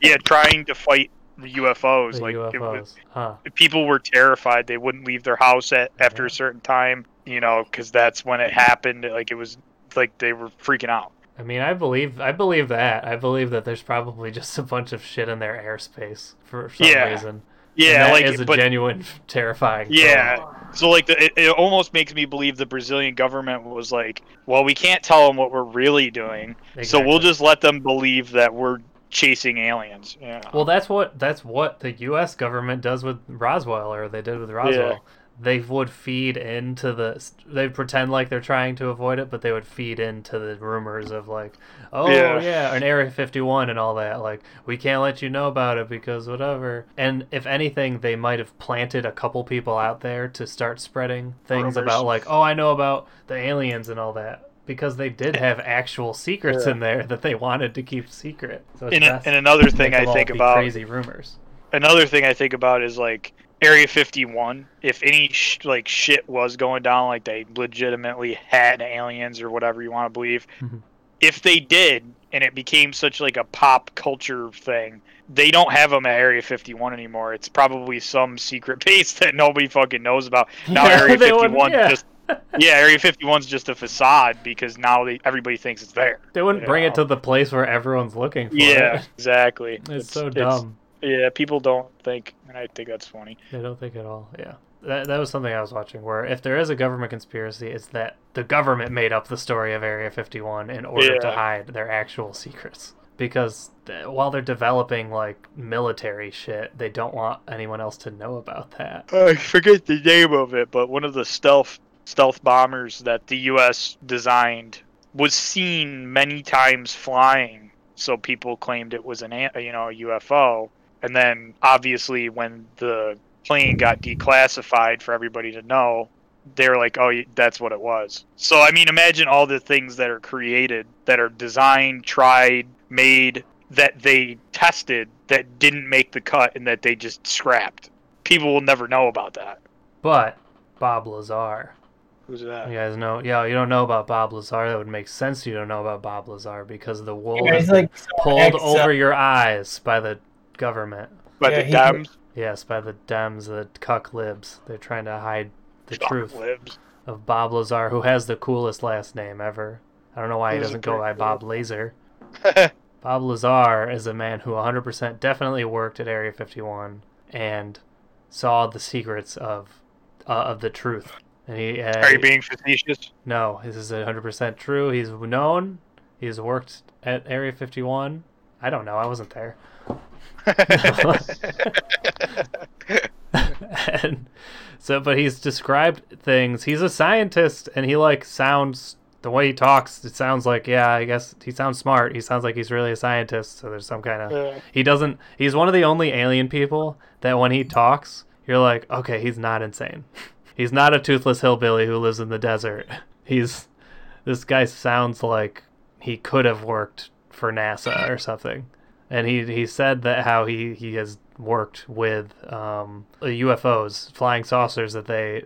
Speaker 1: yeah, trying to fight UFOs.
Speaker 2: The
Speaker 1: like It was,
Speaker 2: UFOs, huh?
Speaker 1: people were terrified they wouldn't leave their house at after a certain time, you know, because that's when it happened. Like it was like they were freaking out.
Speaker 2: I mean, I believe I believe that. I believe that there's probably just a bunch of shit in their airspace for some
Speaker 1: Yeah.
Speaker 2: reason.
Speaker 1: Yeah,
Speaker 2: and that
Speaker 1: like,
Speaker 2: is a
Speaker 1: but-
Speaker 2: genuine [laughs] terrifying.
Speaker 1: Yeah. So like the, it, it almost makes me believe the Brazilian government was like, well, we can't tell them what we're really doing, so
Speaker 2: Exactly.
Speaker 1: we'll just let them believe that we're chasing aliens. Yeah.
Speaker 2: Well, that's what that's what the U.S. government does with Roswell, or they did with Roswell. they would feed into the they pretend like they're trying to avoid it but they would feed into the rumors of like oh yeah,
Speaker 1: Yeah.
Speaker 2: and area 51 and all that like we can't let you know about it because whatever and if anything they might have planted a couple people out there to start spreading things
Speaker 1: Rumors.
Speaker 2: about like oh i know about the aliens and all that because they did have actual secrets
Speaker 1: Yeah.
Speaker 2: in there that they wanted to keep secret so it's
Speaker 1: And, a-
Speaker 2: best
Speaker 1: and another
Speaker 2: to
Speaker 1: thing I
Speaker 2: make them all
Speaker 1: think
Speaker 2: be
Speaker 1: about
Speaker 2: crazy [laughs] rumors
Speaker 1: Another thing I think about is like Area 51. If any sh- like shit was going down, like they legitimately had aliens or whatever you want to believe.
Speaker 2: Mhm.
Speaker 1: If they did, and it became such like a pop culture thing, they don't have them at Area 51 anymore. It's probably some secret [laughs] base that nobody fucking knows
Speaker 2: [laughs]
Speaker 1: about. Now
Speaker 2: Yeah,
Speaker 1: Area
Speaker 2: they wouldn't-
Speaker 1: 51
Speaker 2: yeah.
Speaker 1: just yeah, Area 51's just a facade because now they, everybody thinks it's there.
Speaker 2: They wouldn't
Speaker 1: you
Speaker 2: bring
Speaker 1: know?
Speaker 2: it to the place where everyone's looking for
Speaker 1: Yeah,
Speaker 2: it.
Speaker 1: exactly.
Speaker 2: It's so dumb.
Speaker 1: yeah, people don't think, and I think that's funny.
Speaker 2: They don't think at all. Yeah. That, that was something I was watching where if there is a government conspiracy, it's that the government made up the story of Area 51 in order to
Speaker 1: Yeah.
Speaker 2: hide their actual secrets. Because th- while they're developing like military shit, they don't want anyone else to know about that.
Speaker 1: I forget the name of it, but one of the stealth stealth bombers that the U.S. designed was seen many times flying, so people claimed it was an a- you know a UFO. And then obviously when the plane got declassified for everybody to know, they're like, oh, y- that's what it was. So I mean, imagine all the things that are created, that are designed, tried, made, that they tested, that didn't make the cut, and that they just scrapped. People will never know about that.
Speaker 2: But Bob Lazar.
Speaker 1: Who's that?
Speaker 2: You guys know, yeah, you don't know about Bob Lazar. That would make sense. You don't know about Bob Lazar because the wool
Speaker 1: Yeah,
Speaker 2: is
Speaker 1: he's like some
Speaker 2: pulled
Speaker 1: ex-
Speaker 2: over your eyes by the government.
Speaker 1: By the Yeah, he- Dems?
Speaker 2: Yes, by the Dems, the cuck libs. They're trying to hide the
Speaker 1: Cuck
Speaker 2: truth
Speaker 1: libs.
Speaker 2: of Bob Lazar, who has the coolest last name ever. I don't know why he
Speaker 1: He's a
Speaker 2: doesn't go
Speaker 1: pretty
Speaker 2: by
Speaker 1: cool- [laughs]
Speaker 2: Bob Laser. Bob Lazar is a man who 100% definitely worked at Area 51 and saw the secrets of uh, of the truth. And he uh,
Speaker 1: Are you being facetious?
Speaker 2: no, this is 100% true. He's known. He's worked at Area 51. I don't know. I wasn't there. [laughs] and so, but he's described things. He's a scientist, and he like sounds the way he talks. It sounds like yeah. I guess he sounds smart. He sounds like he's really a scientist. So there's some kind of
Speaker 1: Yeah.
Speaker 2: he doesn't. He's one of the only alien people that when he talks, you're like, okay, he's not insane. [laughs] He's not a toothless hillbilly who lives in the desert. [laughs] He's this guy sounds like he could have worked for NASA or something. And he, he said that how he, he has worked with um, UFOs, flying saucers that they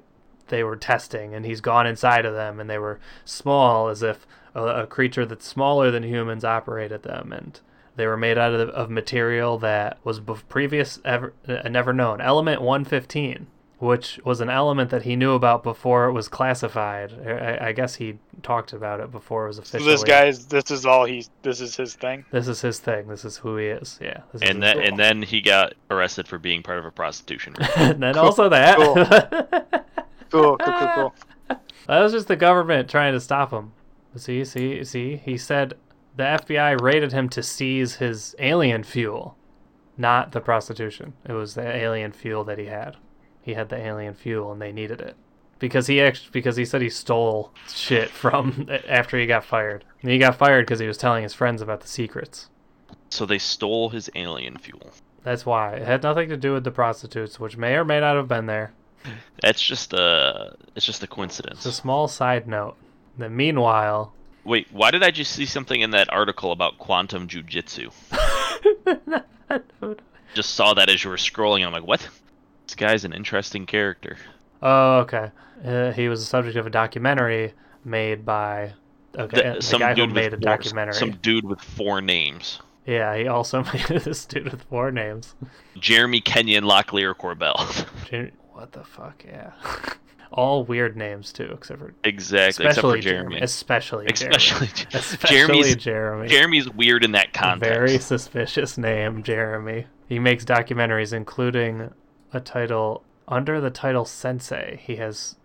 Speaker 2: they were testing, and he's gone inside of them, and they were small, as if a, a creature that's smaller than humans operated them, and they were made out of, of material that was bef- previous ever uh, never known. Element 115, which was an element that he knew about before it was classified. I, I guess he talked about it before it was
Speaker 1: So
Speaker 2: officially.
Speaker 1: this guy's this is all he's this is his thing.
Speaker 2: This is his thing. This is who he is. Yeah. This is
Speaker 11: And
Speaker 2: his
Speaker 11: that, and then he got arrested for being part of a prostitution ring.
Speaker 2: [laughs] and then also that.
Speaker 11: Cool.
Speaker 1: Cool, cool, cool, cool.
Speaker 2: That was just the government trying to stop him. See, see, see. He said the FBI raided him to seize his alien fuel, not the prostitution. It was the alien fuel that he had. He had the alien fuel, and they needed it because he actually because he said he stole shit from [laughs] after he got fired. And he got fired because he was telling his friends about the secrets.
Speaker 11: So they stole his alien fuel.
Speaker 2: That's why it had nothing to do with the prostitutes, which may or may not have been there.
Speaker 11: That's just a, it's just a coincidence.
Speaker 2: It's a small side note. Then meanwhile,
Speaker 11: Wait, why did I just see something in that article about quantum jujitsu? just saw that as you were scrolling, and I'm like, what? This guy's an interesting character.
Speaker 2: Oh, okay. Uh, he was the subject of a documentary made by okay, uh,
Speaker 11: Th-
Speaker 2: the, guy who made a
Speaker 11: four,
Speaker 2: documentary.
Speaker 11: Some dude with four names.
Speaker 2: Yeah, he also [laughs] made this dude with four names.
Speaker 11: Jeremy Kenyon Locklear Corbell. [laughs]
Speaker 2: Jer- What the fuck? Yeah. [laughs] All weird names too, except for Especially
Speaker 11: exactly. except for Jeremy.
Speaker 2: Especially Jeremy. [laughs]
Speaker 11: Especially,
Speaker 2: Especially
Speaker 11: Jeremy's,
Speaker 2: Jeremy.
Speaker 11: Jeremy's weird in that context.
Speaker 2: Very suspicious name, Jeremy. He makes documentaries, including a title under the title Sensei. He has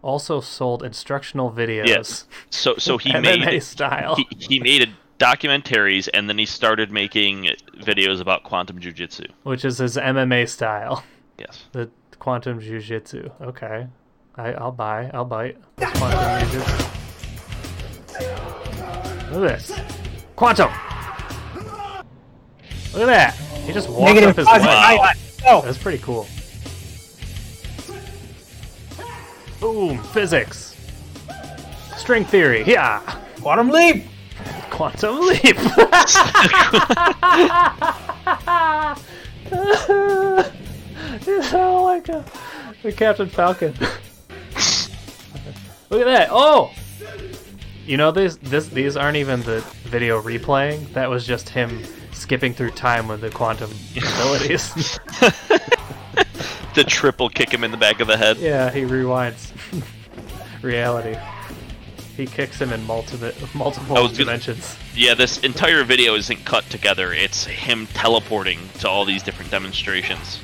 Speaker 2: also sold instructional videos.
Speaker 11: Yes. So so he
Speaker 2: MMA
Speaker 11: made
Speaker 2: style.
Speaker 11: He, he made a documentaries and then he started making videos about quantum jujitsu.
Speaker 2: which is his MMA style.
Speaker 11: Yes.
Speaker 2: The Quantum Jiu-Jitsu. Okay. I, I'll buy. I'll bite. That's Quantum Jiu-Jitsu. Look at this. Quantum! Look at that! He just walked
Speaker 3: Negative
Speaker 2: up his
Speaker 3: positive
Speaker 2: leg.
Speaker 3: ion. No.
Speaker 2: That's pretty cool. Boom! Physics! String theory, yeah! [laughs]
Speaker 15: Quantum leap!
Speaker 2: Quantum [laughs] leap! He's all like a, a Captain Falcon. [laughs] Look at that! Oh! You know these this these aren't even the video replaying. That was just him skipping through time with the quantum abilities.
Speaker 11: The triple kick him in the back of the head.
Speaker 2: yeah, he rewinds [laughs] reality. He kicks him in multiple multiple
Speaker 11: I was gonna-
Speaker 2: dimensions. [laughs]
Speaker 11: Yeah, this entire video isn't cut together. It's him teleporting to all these different demonstrations.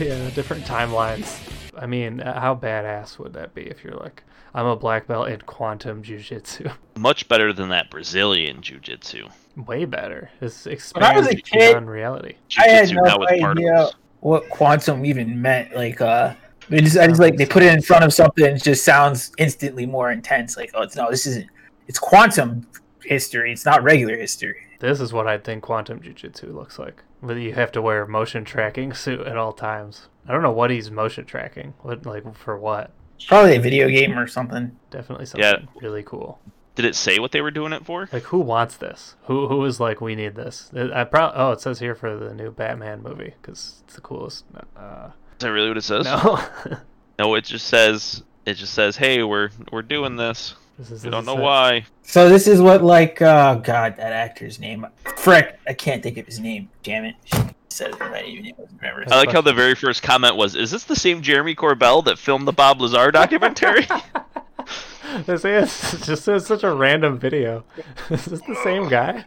Speaker 2: Yeah, different timelines. I mean, uh, how badass would that be if you're like, I'm a black belt in quantum jujitsu?
Speaker 11: Much better than that Brazilian jiu-jitsu.
Speaker 2: [laughs] Way better. This
Speaker 3: When I was
Speaker 2: expands
Speaker 3: a kid,
Speaker 2: beyond reality.
Speaker 3: I had
Speaker 11: Jiu-jitsu now
Speaker 3: no
Speaker 11: with
Speaker 3: idea what quantum even meant. Like, uh, they just, I just like they put it in front of something, it just sounds instantly more intense. Like, oh, it's no, this isn't. It's quantum history. It's not regular history.
Speaker 2: This is what I think quantum jujitsu looks like. But you have to wear a motion tracking suit at all times. I don't know what he's motion tracking. What like for what?
Speaker 3: Probably a video game or something.
Speaker 2: Definitely something
Speaker 11: Yeah.
Speaker 2: really cool.
Speaker 11: Did it say what they were doing it for?
Speaker 2: Like who wants this? Who who is like we need this? I pro- oh it says here for the new Batman movie because it's the coolest. Uh,
Speaker 11: Is that really what it says? [laughs]
Speaker 2: no,
Speaker 11: No, it just says it just says, "Hey, we're we're doing this.
Speaker 2: This is- this
Speaker 11: we don't
Speaker 2: is
Speaker 11: know
Speaker 2: it.
Speaker 11: why."
Speaker 3: So this is what like uh god that actor's name frick I can't think of his name damn it said it already even if I remember
Speaker 11: I like how the very first comment was, "Is this the same Jeremy Corbell that filmed the Bob
Speaker 2: [laughs]
Speaker 11: Lazar documentary?"
Speaker 2: this is it's [laughs] just it's such a random video. [laughs] is this the same guy?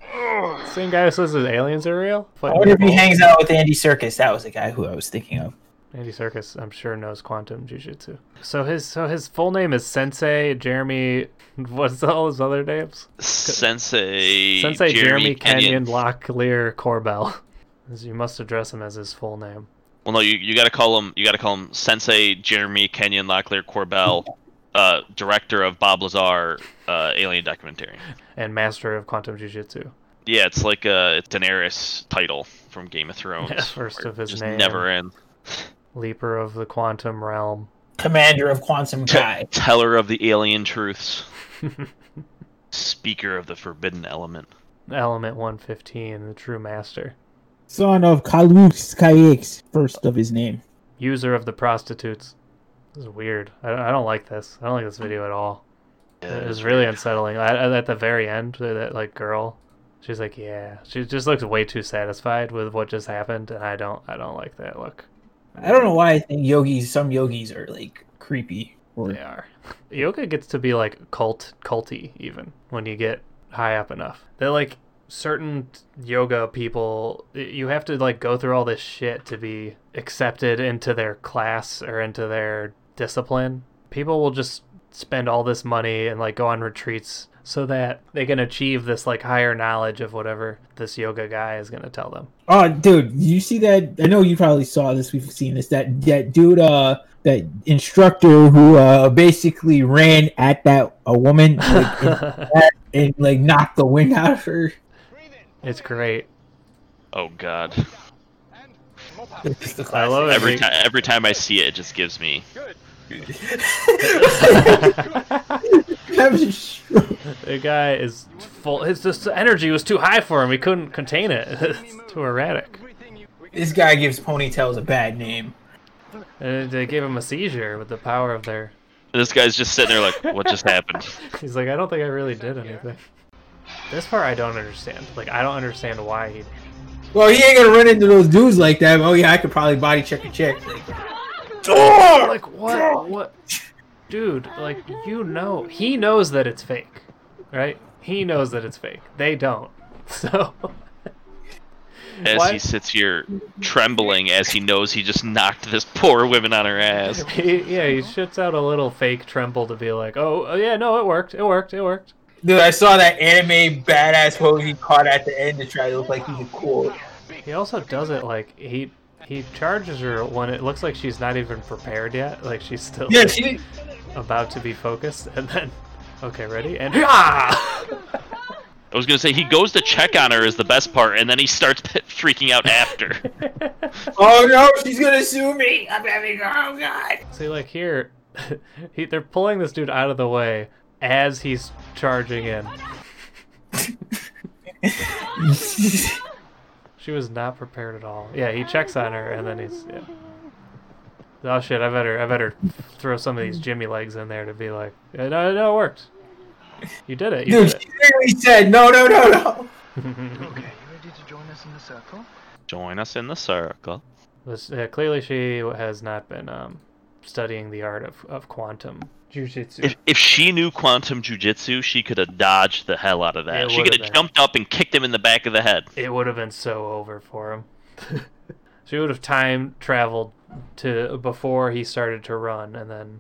Speaker 2: Same guy who says his aliens are real?
Speaker 3: I wonder if he hangs out with Andy Circus that was the guy who I was thinking of
Speaker 2: Andy Circus, I'm sure knows quantum jujitsu. So his so his full name is Sensei Jeremy. [laughs] What's all his other names?
Speaker 11: Sensei,
Speaker 2: Sensei Jeremy, Kenyon Locklear Corbell. [laughs] As you must address him as his full name.
Speaker 11: Well, no, you, you got to call him. You got to call him Sensei Jeremy Kenyon Locklear Corbell, uh, director of Bob Lazar uh, Alien documentary.
Speaker 2: And master of quantum jujitsu.
Speaker 11: Yeah, it's like a Daenerys title from Game of Thrones.
Speaker 2: [laughs] Yeah, first
Speaker 11: where
Speaker 2: of
Speaker 11: it
Speaker 2: his
Speaker 11: just
Speaker 2: name.
Speaker 11: Never ends.
Speaker 2: Leaper of the quantum realm. [laughs]
Speaker 3: commander of quantum guy
Speaker 11: Teller of the alien truths. Speaker of the forbidden element.
Speaker 2: Element 115, the true master.
Speaker 15: Son of Kalux Kayix, first of his name.
Speaker 2: User of the prostitutes. This is weird. I, I don't like this. I don't like this video at all. it was really unsettling. I, I- at the very end, that that, like girl, she's like, "Yeah," she just looks way too satisfied with what just happened, and I don't, I don't like that look.
Speaker 3: I don't know why I think yogis some yogis are like creepy or
Speaker 2: They are. Yoga gets to be like cult, culty even when you get high up enough. They're like certain yoga people. You have to like go through all this shit to be accepted into their class or into their discipline. People will just spend all this money and like go on retreats so that they can achieve this like higher knowledge of whatever this yoga guy is going to tell them.
Speaker 15: Oh, dude, you see that? I know you probably saw this. We've seen this. That that dude, uh, that instructor who uh basically ran at that a woman like,
Speaker 3: [laughs]
Speaker 15: and, and like knocked the wind out of her.
Speaker 2: [laughs] It's great.
Speaker 11: Oh God!
Speaker 2: I love it.
Speaker 11: Every time, every time I see it, it just gives me.
Speaker 15: [laughs]
Speaker 2: The guy is full. His this energy was too high for him. He couldn't contain it. [laughs] It's too erratic.
Speaker 3: this guy gives ponytails a bad name
Speaker 2: And they gave him a seizure with the power of their.
Speaker 11: This guy's just sitting there like, "What just
Speaker 2: [laughs]
Speaker 11: happened?"
Speaker 2: He's like, I don't think I really did anything. This part I don't understand. Like, I don't understand why he.
Speaker 15: Well, he ain't gonna run into those dudes like that. Oh yeah, I could probably body check a chick.
Speaker 2: Like what? What? Dude, like you know, he knows that it's fake, right? He knows that it's fake. They don't. [laughs] So
Speaker 11: As
Speaker 2: What?
Speaker 11: he sits here trembling, as he knows he just knocked this poor woman on her ass.
Speaker 2: he, yeah, he shits out a little fake tremble to be like, oh, oh yeah, no, it worked, it worked, it worked.
Speaker 3: dude I saw that anime badass pose he caught at the end to try to look like he's a cool
Speaker 2: He also does it like he He charges her when it looks like she's not even prepared yet. Like she's still
Speaker 3: Yeah, she-
Speaker 2: about to be focused, and then okay, ready and ah!
Speaker 11: I was gonna say he goes to check on her is the best part, and then he starts [laughs] freaking
Speaker 2: [laughs]
Speaker 11: out after.
Speaker 3: Oh no, she's gonna sue me. I'm having oh god.
Speaker 2: [laughs] See, like here, [laughs] he, they're pulling this dude out of the way as he's charging in. she was not prepared at all. Yeah, he checks on her and then he's yeah. Oh shit! I better I better throw some of these Jimmy legs in there to be like, "Yeah, no, no, it worked. You did it. You
Speaker 3: Dude,
Speaker 2: did it.
Speaker 3: she literally said no, no, no, no.
Speaker 2: [laughs]
Speaker 11: Join us in the circle.
Speaker 2: This, uh, clearly, she has not been um, studying the art of, of quantum jujitsu.
Speaker 11: If, if she knew quantum jujitsu, she could have dodged the hell out of that.
Speaker 2: It
Speaker 11: she
Speaker 2: would've
Speaker 11: could have
Speaker 2: been.
Speaker 11: jumped up and kicked him in the back of the head.
Speaker 2: It would have been so over for him. she would have time traveled to before he started to run, and then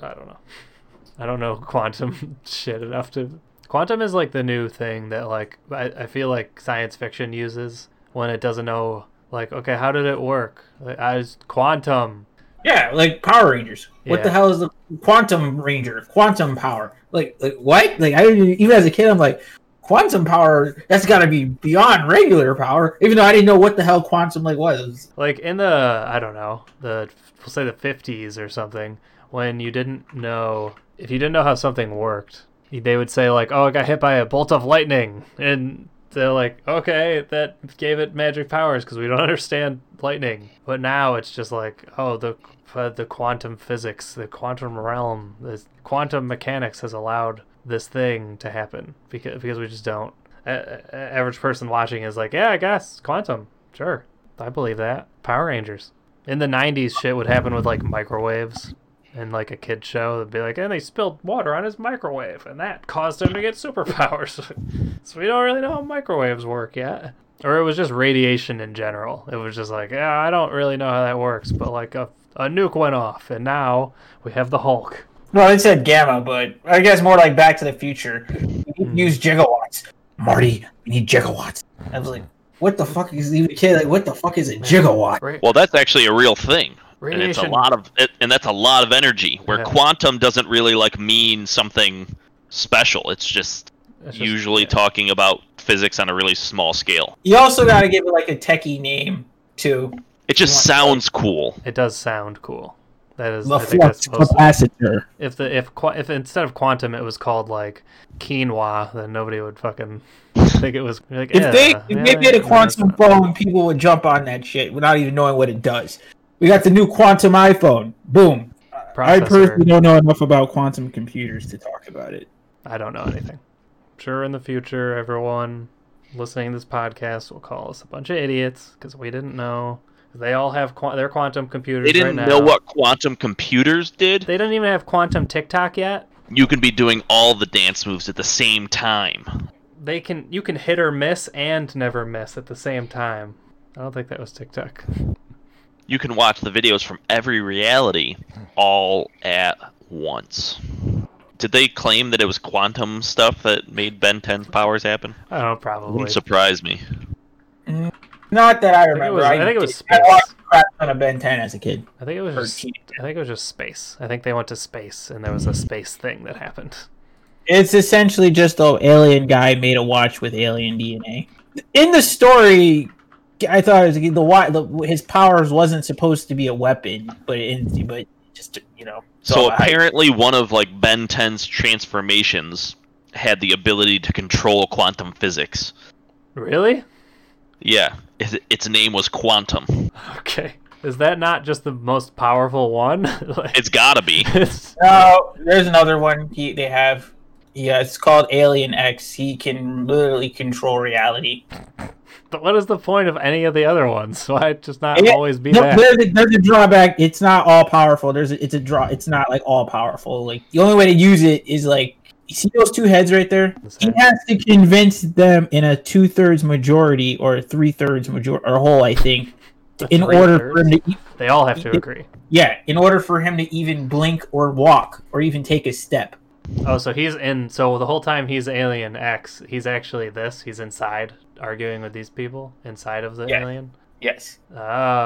Speaker 2: I don't know. [laughs] I don't know quantum [laughs] shit enough to. Quantum is like the new thing that like I, I feel like science fiction uses when it doesn't know like okay how did it work like, I was quantum
Speaker 3: Yeah, like Power Rangers. What the
Speaker 2: Yeah.
Speaker 3: hell is the Quantum Ranger? Quantum power? Like, like what? Like I didn't even as a kid, I'm like, quantum power. That's got to be beyond regular power. Even though I didn't know what the hell quantum like was.
Speaker 2: like in the i don't know the we'll say the 50s or something when you didn't know if you didn't know how something worked they would say like oh i got hit by a bolt of lightning and they're like okay that gave it magic powers because we don't [laughs] understand lightning but now it's just like oh the uh, the quantum physics the quantum realm the quantum mechanics has allowed this thing to happen because because we just don't a- a- average person watching is like yeah i guess quantum sure I believe that. Power Rangers. In the 90s, shit would happen with like microwaves and like a kid show. They'd be like, and they spilled water on his microwave, and that caused him to get superpowers. [laughs] so we don't really know how microwaves work yet. Or it was just radiation in general. It was just like, yeah, I don't really know how that works, but like a, a nuke went off, and now we have the Hulk.
Speaker 3: No, they said gamma, but I guess more like Back to the Future.
Speaker 2: Hmm.
Speaker 3: Use gigawatts, Marty. We need gigawatts. I was like, what the fuck is even a kid? Like, what the fuck is a gigawatt?
Speaker 11: Well, that's actually a real thing. And it's a
Speaker 2: Radiation.
Speaker 11: lot of it, and that's a lot of energy where
Speaker 2: Yeah.
Speaker 11: quantum doesn't really like mean something special. It's just
Speaker 2: It's just-
Speaker 11: usually talking about physics on a really small scale.
Speaker 3: You also got to give it like a techie name too.
Speaker 11: It just sounds cool.
Speaker 2: It does sound cool. That is,
Speaker 3: The
Speaker 2: I think that's
Speaker 3: flux
Speaker 2: supposed to-
Speaker 3: capacitor.
Speaker 2: If the if qua- if instead of quantum it was called like quinoa, then nobody would fucking [laughs] think it was like.
Speaker 3: If they
Speaker 2: "Eh,
Speaker 3: if
Speaker 2: yeah,
Speaker 3: they
Speaker 2: that-
Speaker 3: made a
Speaker 2: yeah, that's
Speaker 3: quantum phone, people would jump on that shit without even knowing what it does. We got the new quantum iPhone. Boom. I
Speaker 2: processor.
Speaker 3: personally don't know enough about quantum computers to talk about it.
Speaker 2: I don't know anything. I'm sure in the future, everyone listening to this podcast will call us a bunch of idiots because we didn't know. They all have qu- their quantum computers.
Speaker 11: They didn't
Speaker 2: right
Speaker 11: know
Speaker 2: now.
Speaker 11: what quantum computers did.
Speaker 2: They don't even have quantum TikTok yet.
Speaker 11: You can be doing all the dance moves at the same time.
Speaker 2: They can you can hit or miss and never miss at the same time. I don't think that was TikTok. [laughs]
Speaker 11: You can watch the videos from every reality all at once. Did they claim that it was quantum stuff that made Ben 10's powers happen?
Speaker 2: Oh, I don't know, probably.
Speaker 11: Wouldn't surprise me.
Speaker 3: Not that I
Speaker 2: think it
Speaker 3: remember.
Speaker 2: was- I think it was
Speaker 3: did- I watched crap ton of Ben 10 as a kid.
Speaker 2: I think it was just, I think it was just space. I think they went to space and there was a space thing that happened.
Speaker 3: It's essentially just a alien guy made a watch with alien DNA. In the story, I thought it was the watch. The, his powers wasn't supposed to be a weapon, but it, but just you know.
Speaker 11: So
Speaker 3: I-
Speaker 11: apparently, one of like Ben 10's transformations had the ability to control quantum physics.
Speaker 2: Really?
Speaker 11: Yeah, it- its name was Quantum.
Speaker 2: Okay. Is that not just the most powerful one? [laughs] like,
Speaker 11: It's gotta be.
Speaker 2: it's-
Speaker 3: No, there's another one he, they have. Yeah, it's called Alien X. He can literally control reality.
Speaker 2: but what is the point of any of the other ones? Why just not
Speaker 3: Yeah,
Speaker 2: always be
Speaker 3: no,
Speaker 2: that?
Speaker 3: There's, a, there's a drawback. It's not all powerful. There's a, it's a draw. It's not like all powerful. Like the only way to use it is like you see those two heads right there. He has to convince them in a two thirds majority or three thirds major or whole, I think,
Speaker 2: The
Speaker 3: in order for him to.
Speaker 2: three-thirds? They all have to
Speaker 3: it-
Speaker 2: agree.
Speaker 3: Yeah, in order for him to even blink or walk or even take a step.
Speaker 2: Oh, so he's in. So the whole time he's Alien Ah, X, he's actually this. He's inside arguing with these people inside of the alien.
Speaker 6: Yes.
Speaker 2: Um,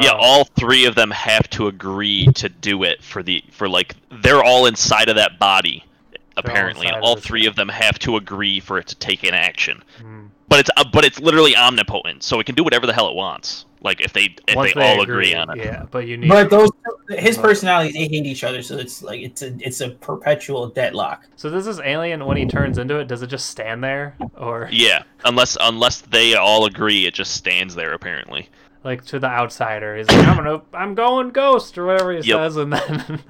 Speaker 11: Yeah, all three of them have to agree to do it for the for like they're all inside of that body apparently, and all three of them have to agree for it to take an action.
Speaker 2: hmm.
Speaker 11: But it's uh, but it's literally omnipotent, so it can do whatever the hell it wants. Like if they if
Speaker 2: Once
Speaker 11: they, all agree, on it.
Speaker 2: Yeah, but you need.
Speaker 16: But those his personalities they hate each other, so it's like it's a it's a perpetual deadlock.
Speaker 2: So this is alien when he turns into it. Does it just stand there, or
Speaker 11: Yeah, unless unless they all agree, it just stands there apparently.
Speaker 2: like to the outsider? He's like, I'm gonna, I'm going ghost, or whatever he
Speaker 11: Yep.
Speaker 2: says, and then [laughs]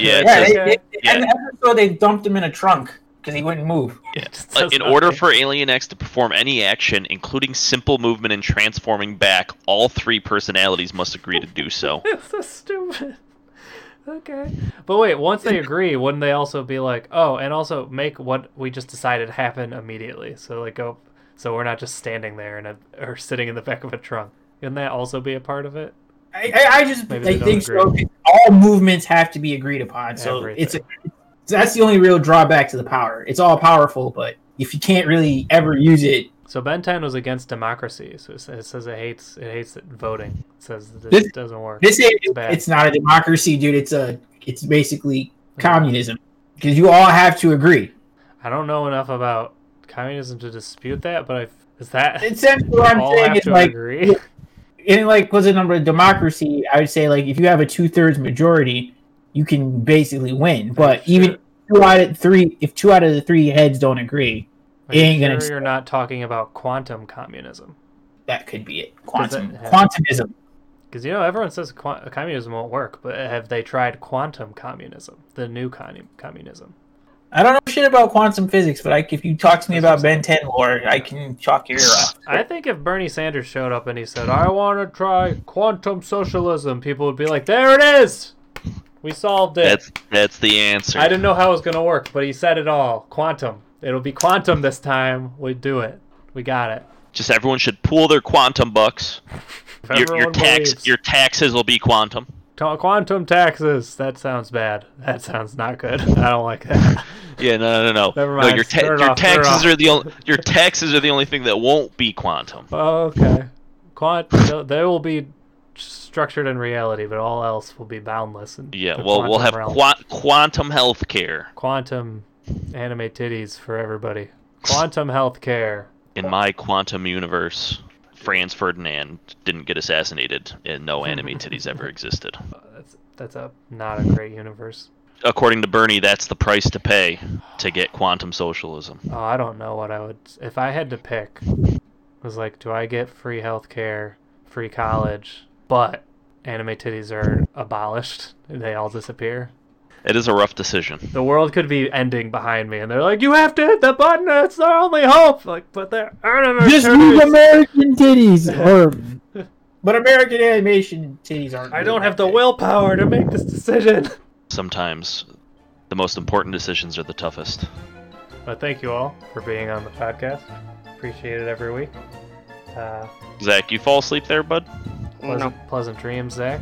Speaker 11: Yeah,
Speaker 16: yeah.
Speaker 11: it says-
Speaker 16: They, they,
Speaker 11: yeah.
Speaker 16: And the episode they dumped him in a trunk because he wouldn't move.
Speaker 11: Yeah. Uh, in order for Alien X to perform any action, including simple movement and transforming back, all three personalities must agree to
Speaker 2: [laughs]
Speaker 11: do so.
Speaker 2: [laughs] it's so stupid. Okay. But wait, once they agree, wouldn't they also be like, oh, and also make what we just decided happen immediately? So like go, so we're not just standing there and or sitting in the back of a trunk. Wouldn't that also be a part of it?
Speaker 16: I, I, I just
Speaker 2: Maybe they
Speaker 16: I
Speaker 2: don't
Speaker 16: think so.
Speaker 2: agree.
Speaker 16: All movements have to be agreed upon. So it's a,
Speaker 3: that's the only real drawback to the power. It's all powerful, but if you can't really ever use it,
Speaker 2: So Ben 10 was against democracy. So it says- it says it hates it hates it voting. It says that this,
Speaker 3: This-
Speaker 2: doesn't work.
Speaker 3: this is,
Speaker 2: It's bad.
Speaker 3: it's not a democracy, dude. It's a it's basically
Speaker 2: Mm-hmm.
Speaker 3: communism because you all have to agree.
Speaker 2: I don't know enough about communism to dispute that, but I is that
Speaker 3: Essentially, what I'm
Speaker 2: [laughs] all
Speaker 3: saying
Speaker 2: have
Speaker 3: is
Speaker 2: to
Speaker 3: like,
Speaker 2: agree?
Speaker 3: in like what's the number of democracy? I would say like if you have a two thirds majority, you can basically win.
Speaker 2: [laughs]
Speaker 3: But even two out of three, if two out of the three heads don't agree,
Speaker 2: Are
Speaker 3: it
Speaker 2: you
Speaker 3: ain't
Speaker 2: sure
Speaker 3: gonna.
Speaker 2: you're not talking about quantum communism.
Speaker 3: That could be it. Quantum- quantumism.
Speaker 2: Because you know everyone says qua- communism won't work, but have they tried quantum communism, the new con- communism?
Speaker 16: I don't know shit about quantum physics, but I, if you talk to me about Ben 10 lore, I can chalk your ear off.
Speaker 2: I think if Bernie Sanders showed up and he said, "I want to try quantum socialism," people would be like, "There it is, we solved it."
Speaker 11: That's that's the answer.
Speaker 2: I didn't know how it was gonna work, but he said it all. Quantum. It'll be quantum this time. We do it. We got it.
Speaker 11: Just everyone should pool their quantum bucks.
Speaker 2: If
Speaker 11: Your, your
Speaker 2: everyone
Speaker 11: tax your taxes will be quantum.
Speaker 2: Ta- Quantum taxes. That sounds bad. That sounds not good. [laughs] I don't like
Speaker 11: [laughs]
Speaker 2: that.
Speaker 11: Yeah, no, no, no.
Speaker 2: Never
Speaker 11: No,
Speaker 2: mind.
Speaker 11: your ta-
Speaker 2: Turn it
Speaker 11: your
Speaker 2: off, turn it
Speaker 11: taxes
Speaker 2: off.
Speaker 11: are
Speaker 2: [laughs]
Speaker 11: the only your taxes are the only thing that won't be quantum.
Speaker 2: Okay. Quant. they'll- They will be structured in reality, but all else will be boundless. And
Speaker 11: Yeah,
Speaker 2: the
Speaker 11: well, we'll
Speaker 2: quantum
Speaker 11: have
Speaker 2: realm.
Speaker 11: quant- quantum health care.
Speaker 2: quantum anime titties for everybody. Quantum healthcare.
Speaker 11: In my quantum universe, Franz Ferdinand didn't get assassinated, and no anime
Speaker 2: [laughs]
Speaker 11: titties ever existed.
Speaker 2: That's a not a great universe.
Speaker 11: According to Bernie, that's the price to pay to get quantum socialism.
Speaker 2: Oh, I don't know what I would if I had to pick. It was like, do I get free healthcare, free college, but anime titties are abolished [laughs] and they all disappear?
Speaker 11: It is a rough decision.
Speaker 2: The world could be ending behind me, and they're like, "You have to hit the button. It's our only hope." Like, but they're anime
Speaker 15: Just leave
Speaker 2: titties.
Speaker 15: American titties or
Speaker 16: [laughs]
Speaker 3: But American animation titties aren't.
Speaker 2: I don't have the willpower to make this decision. [laughs]
Speaker 11: Sometimes the most important decisions are the toughest.
Speaker 2: But thank you all for being on the podcast. Appreciate it every week. Uh,
Speaker 11: Zach, you fall asleep there, bud?
Speaker 2: pleasant, pleasant dreams, Zach.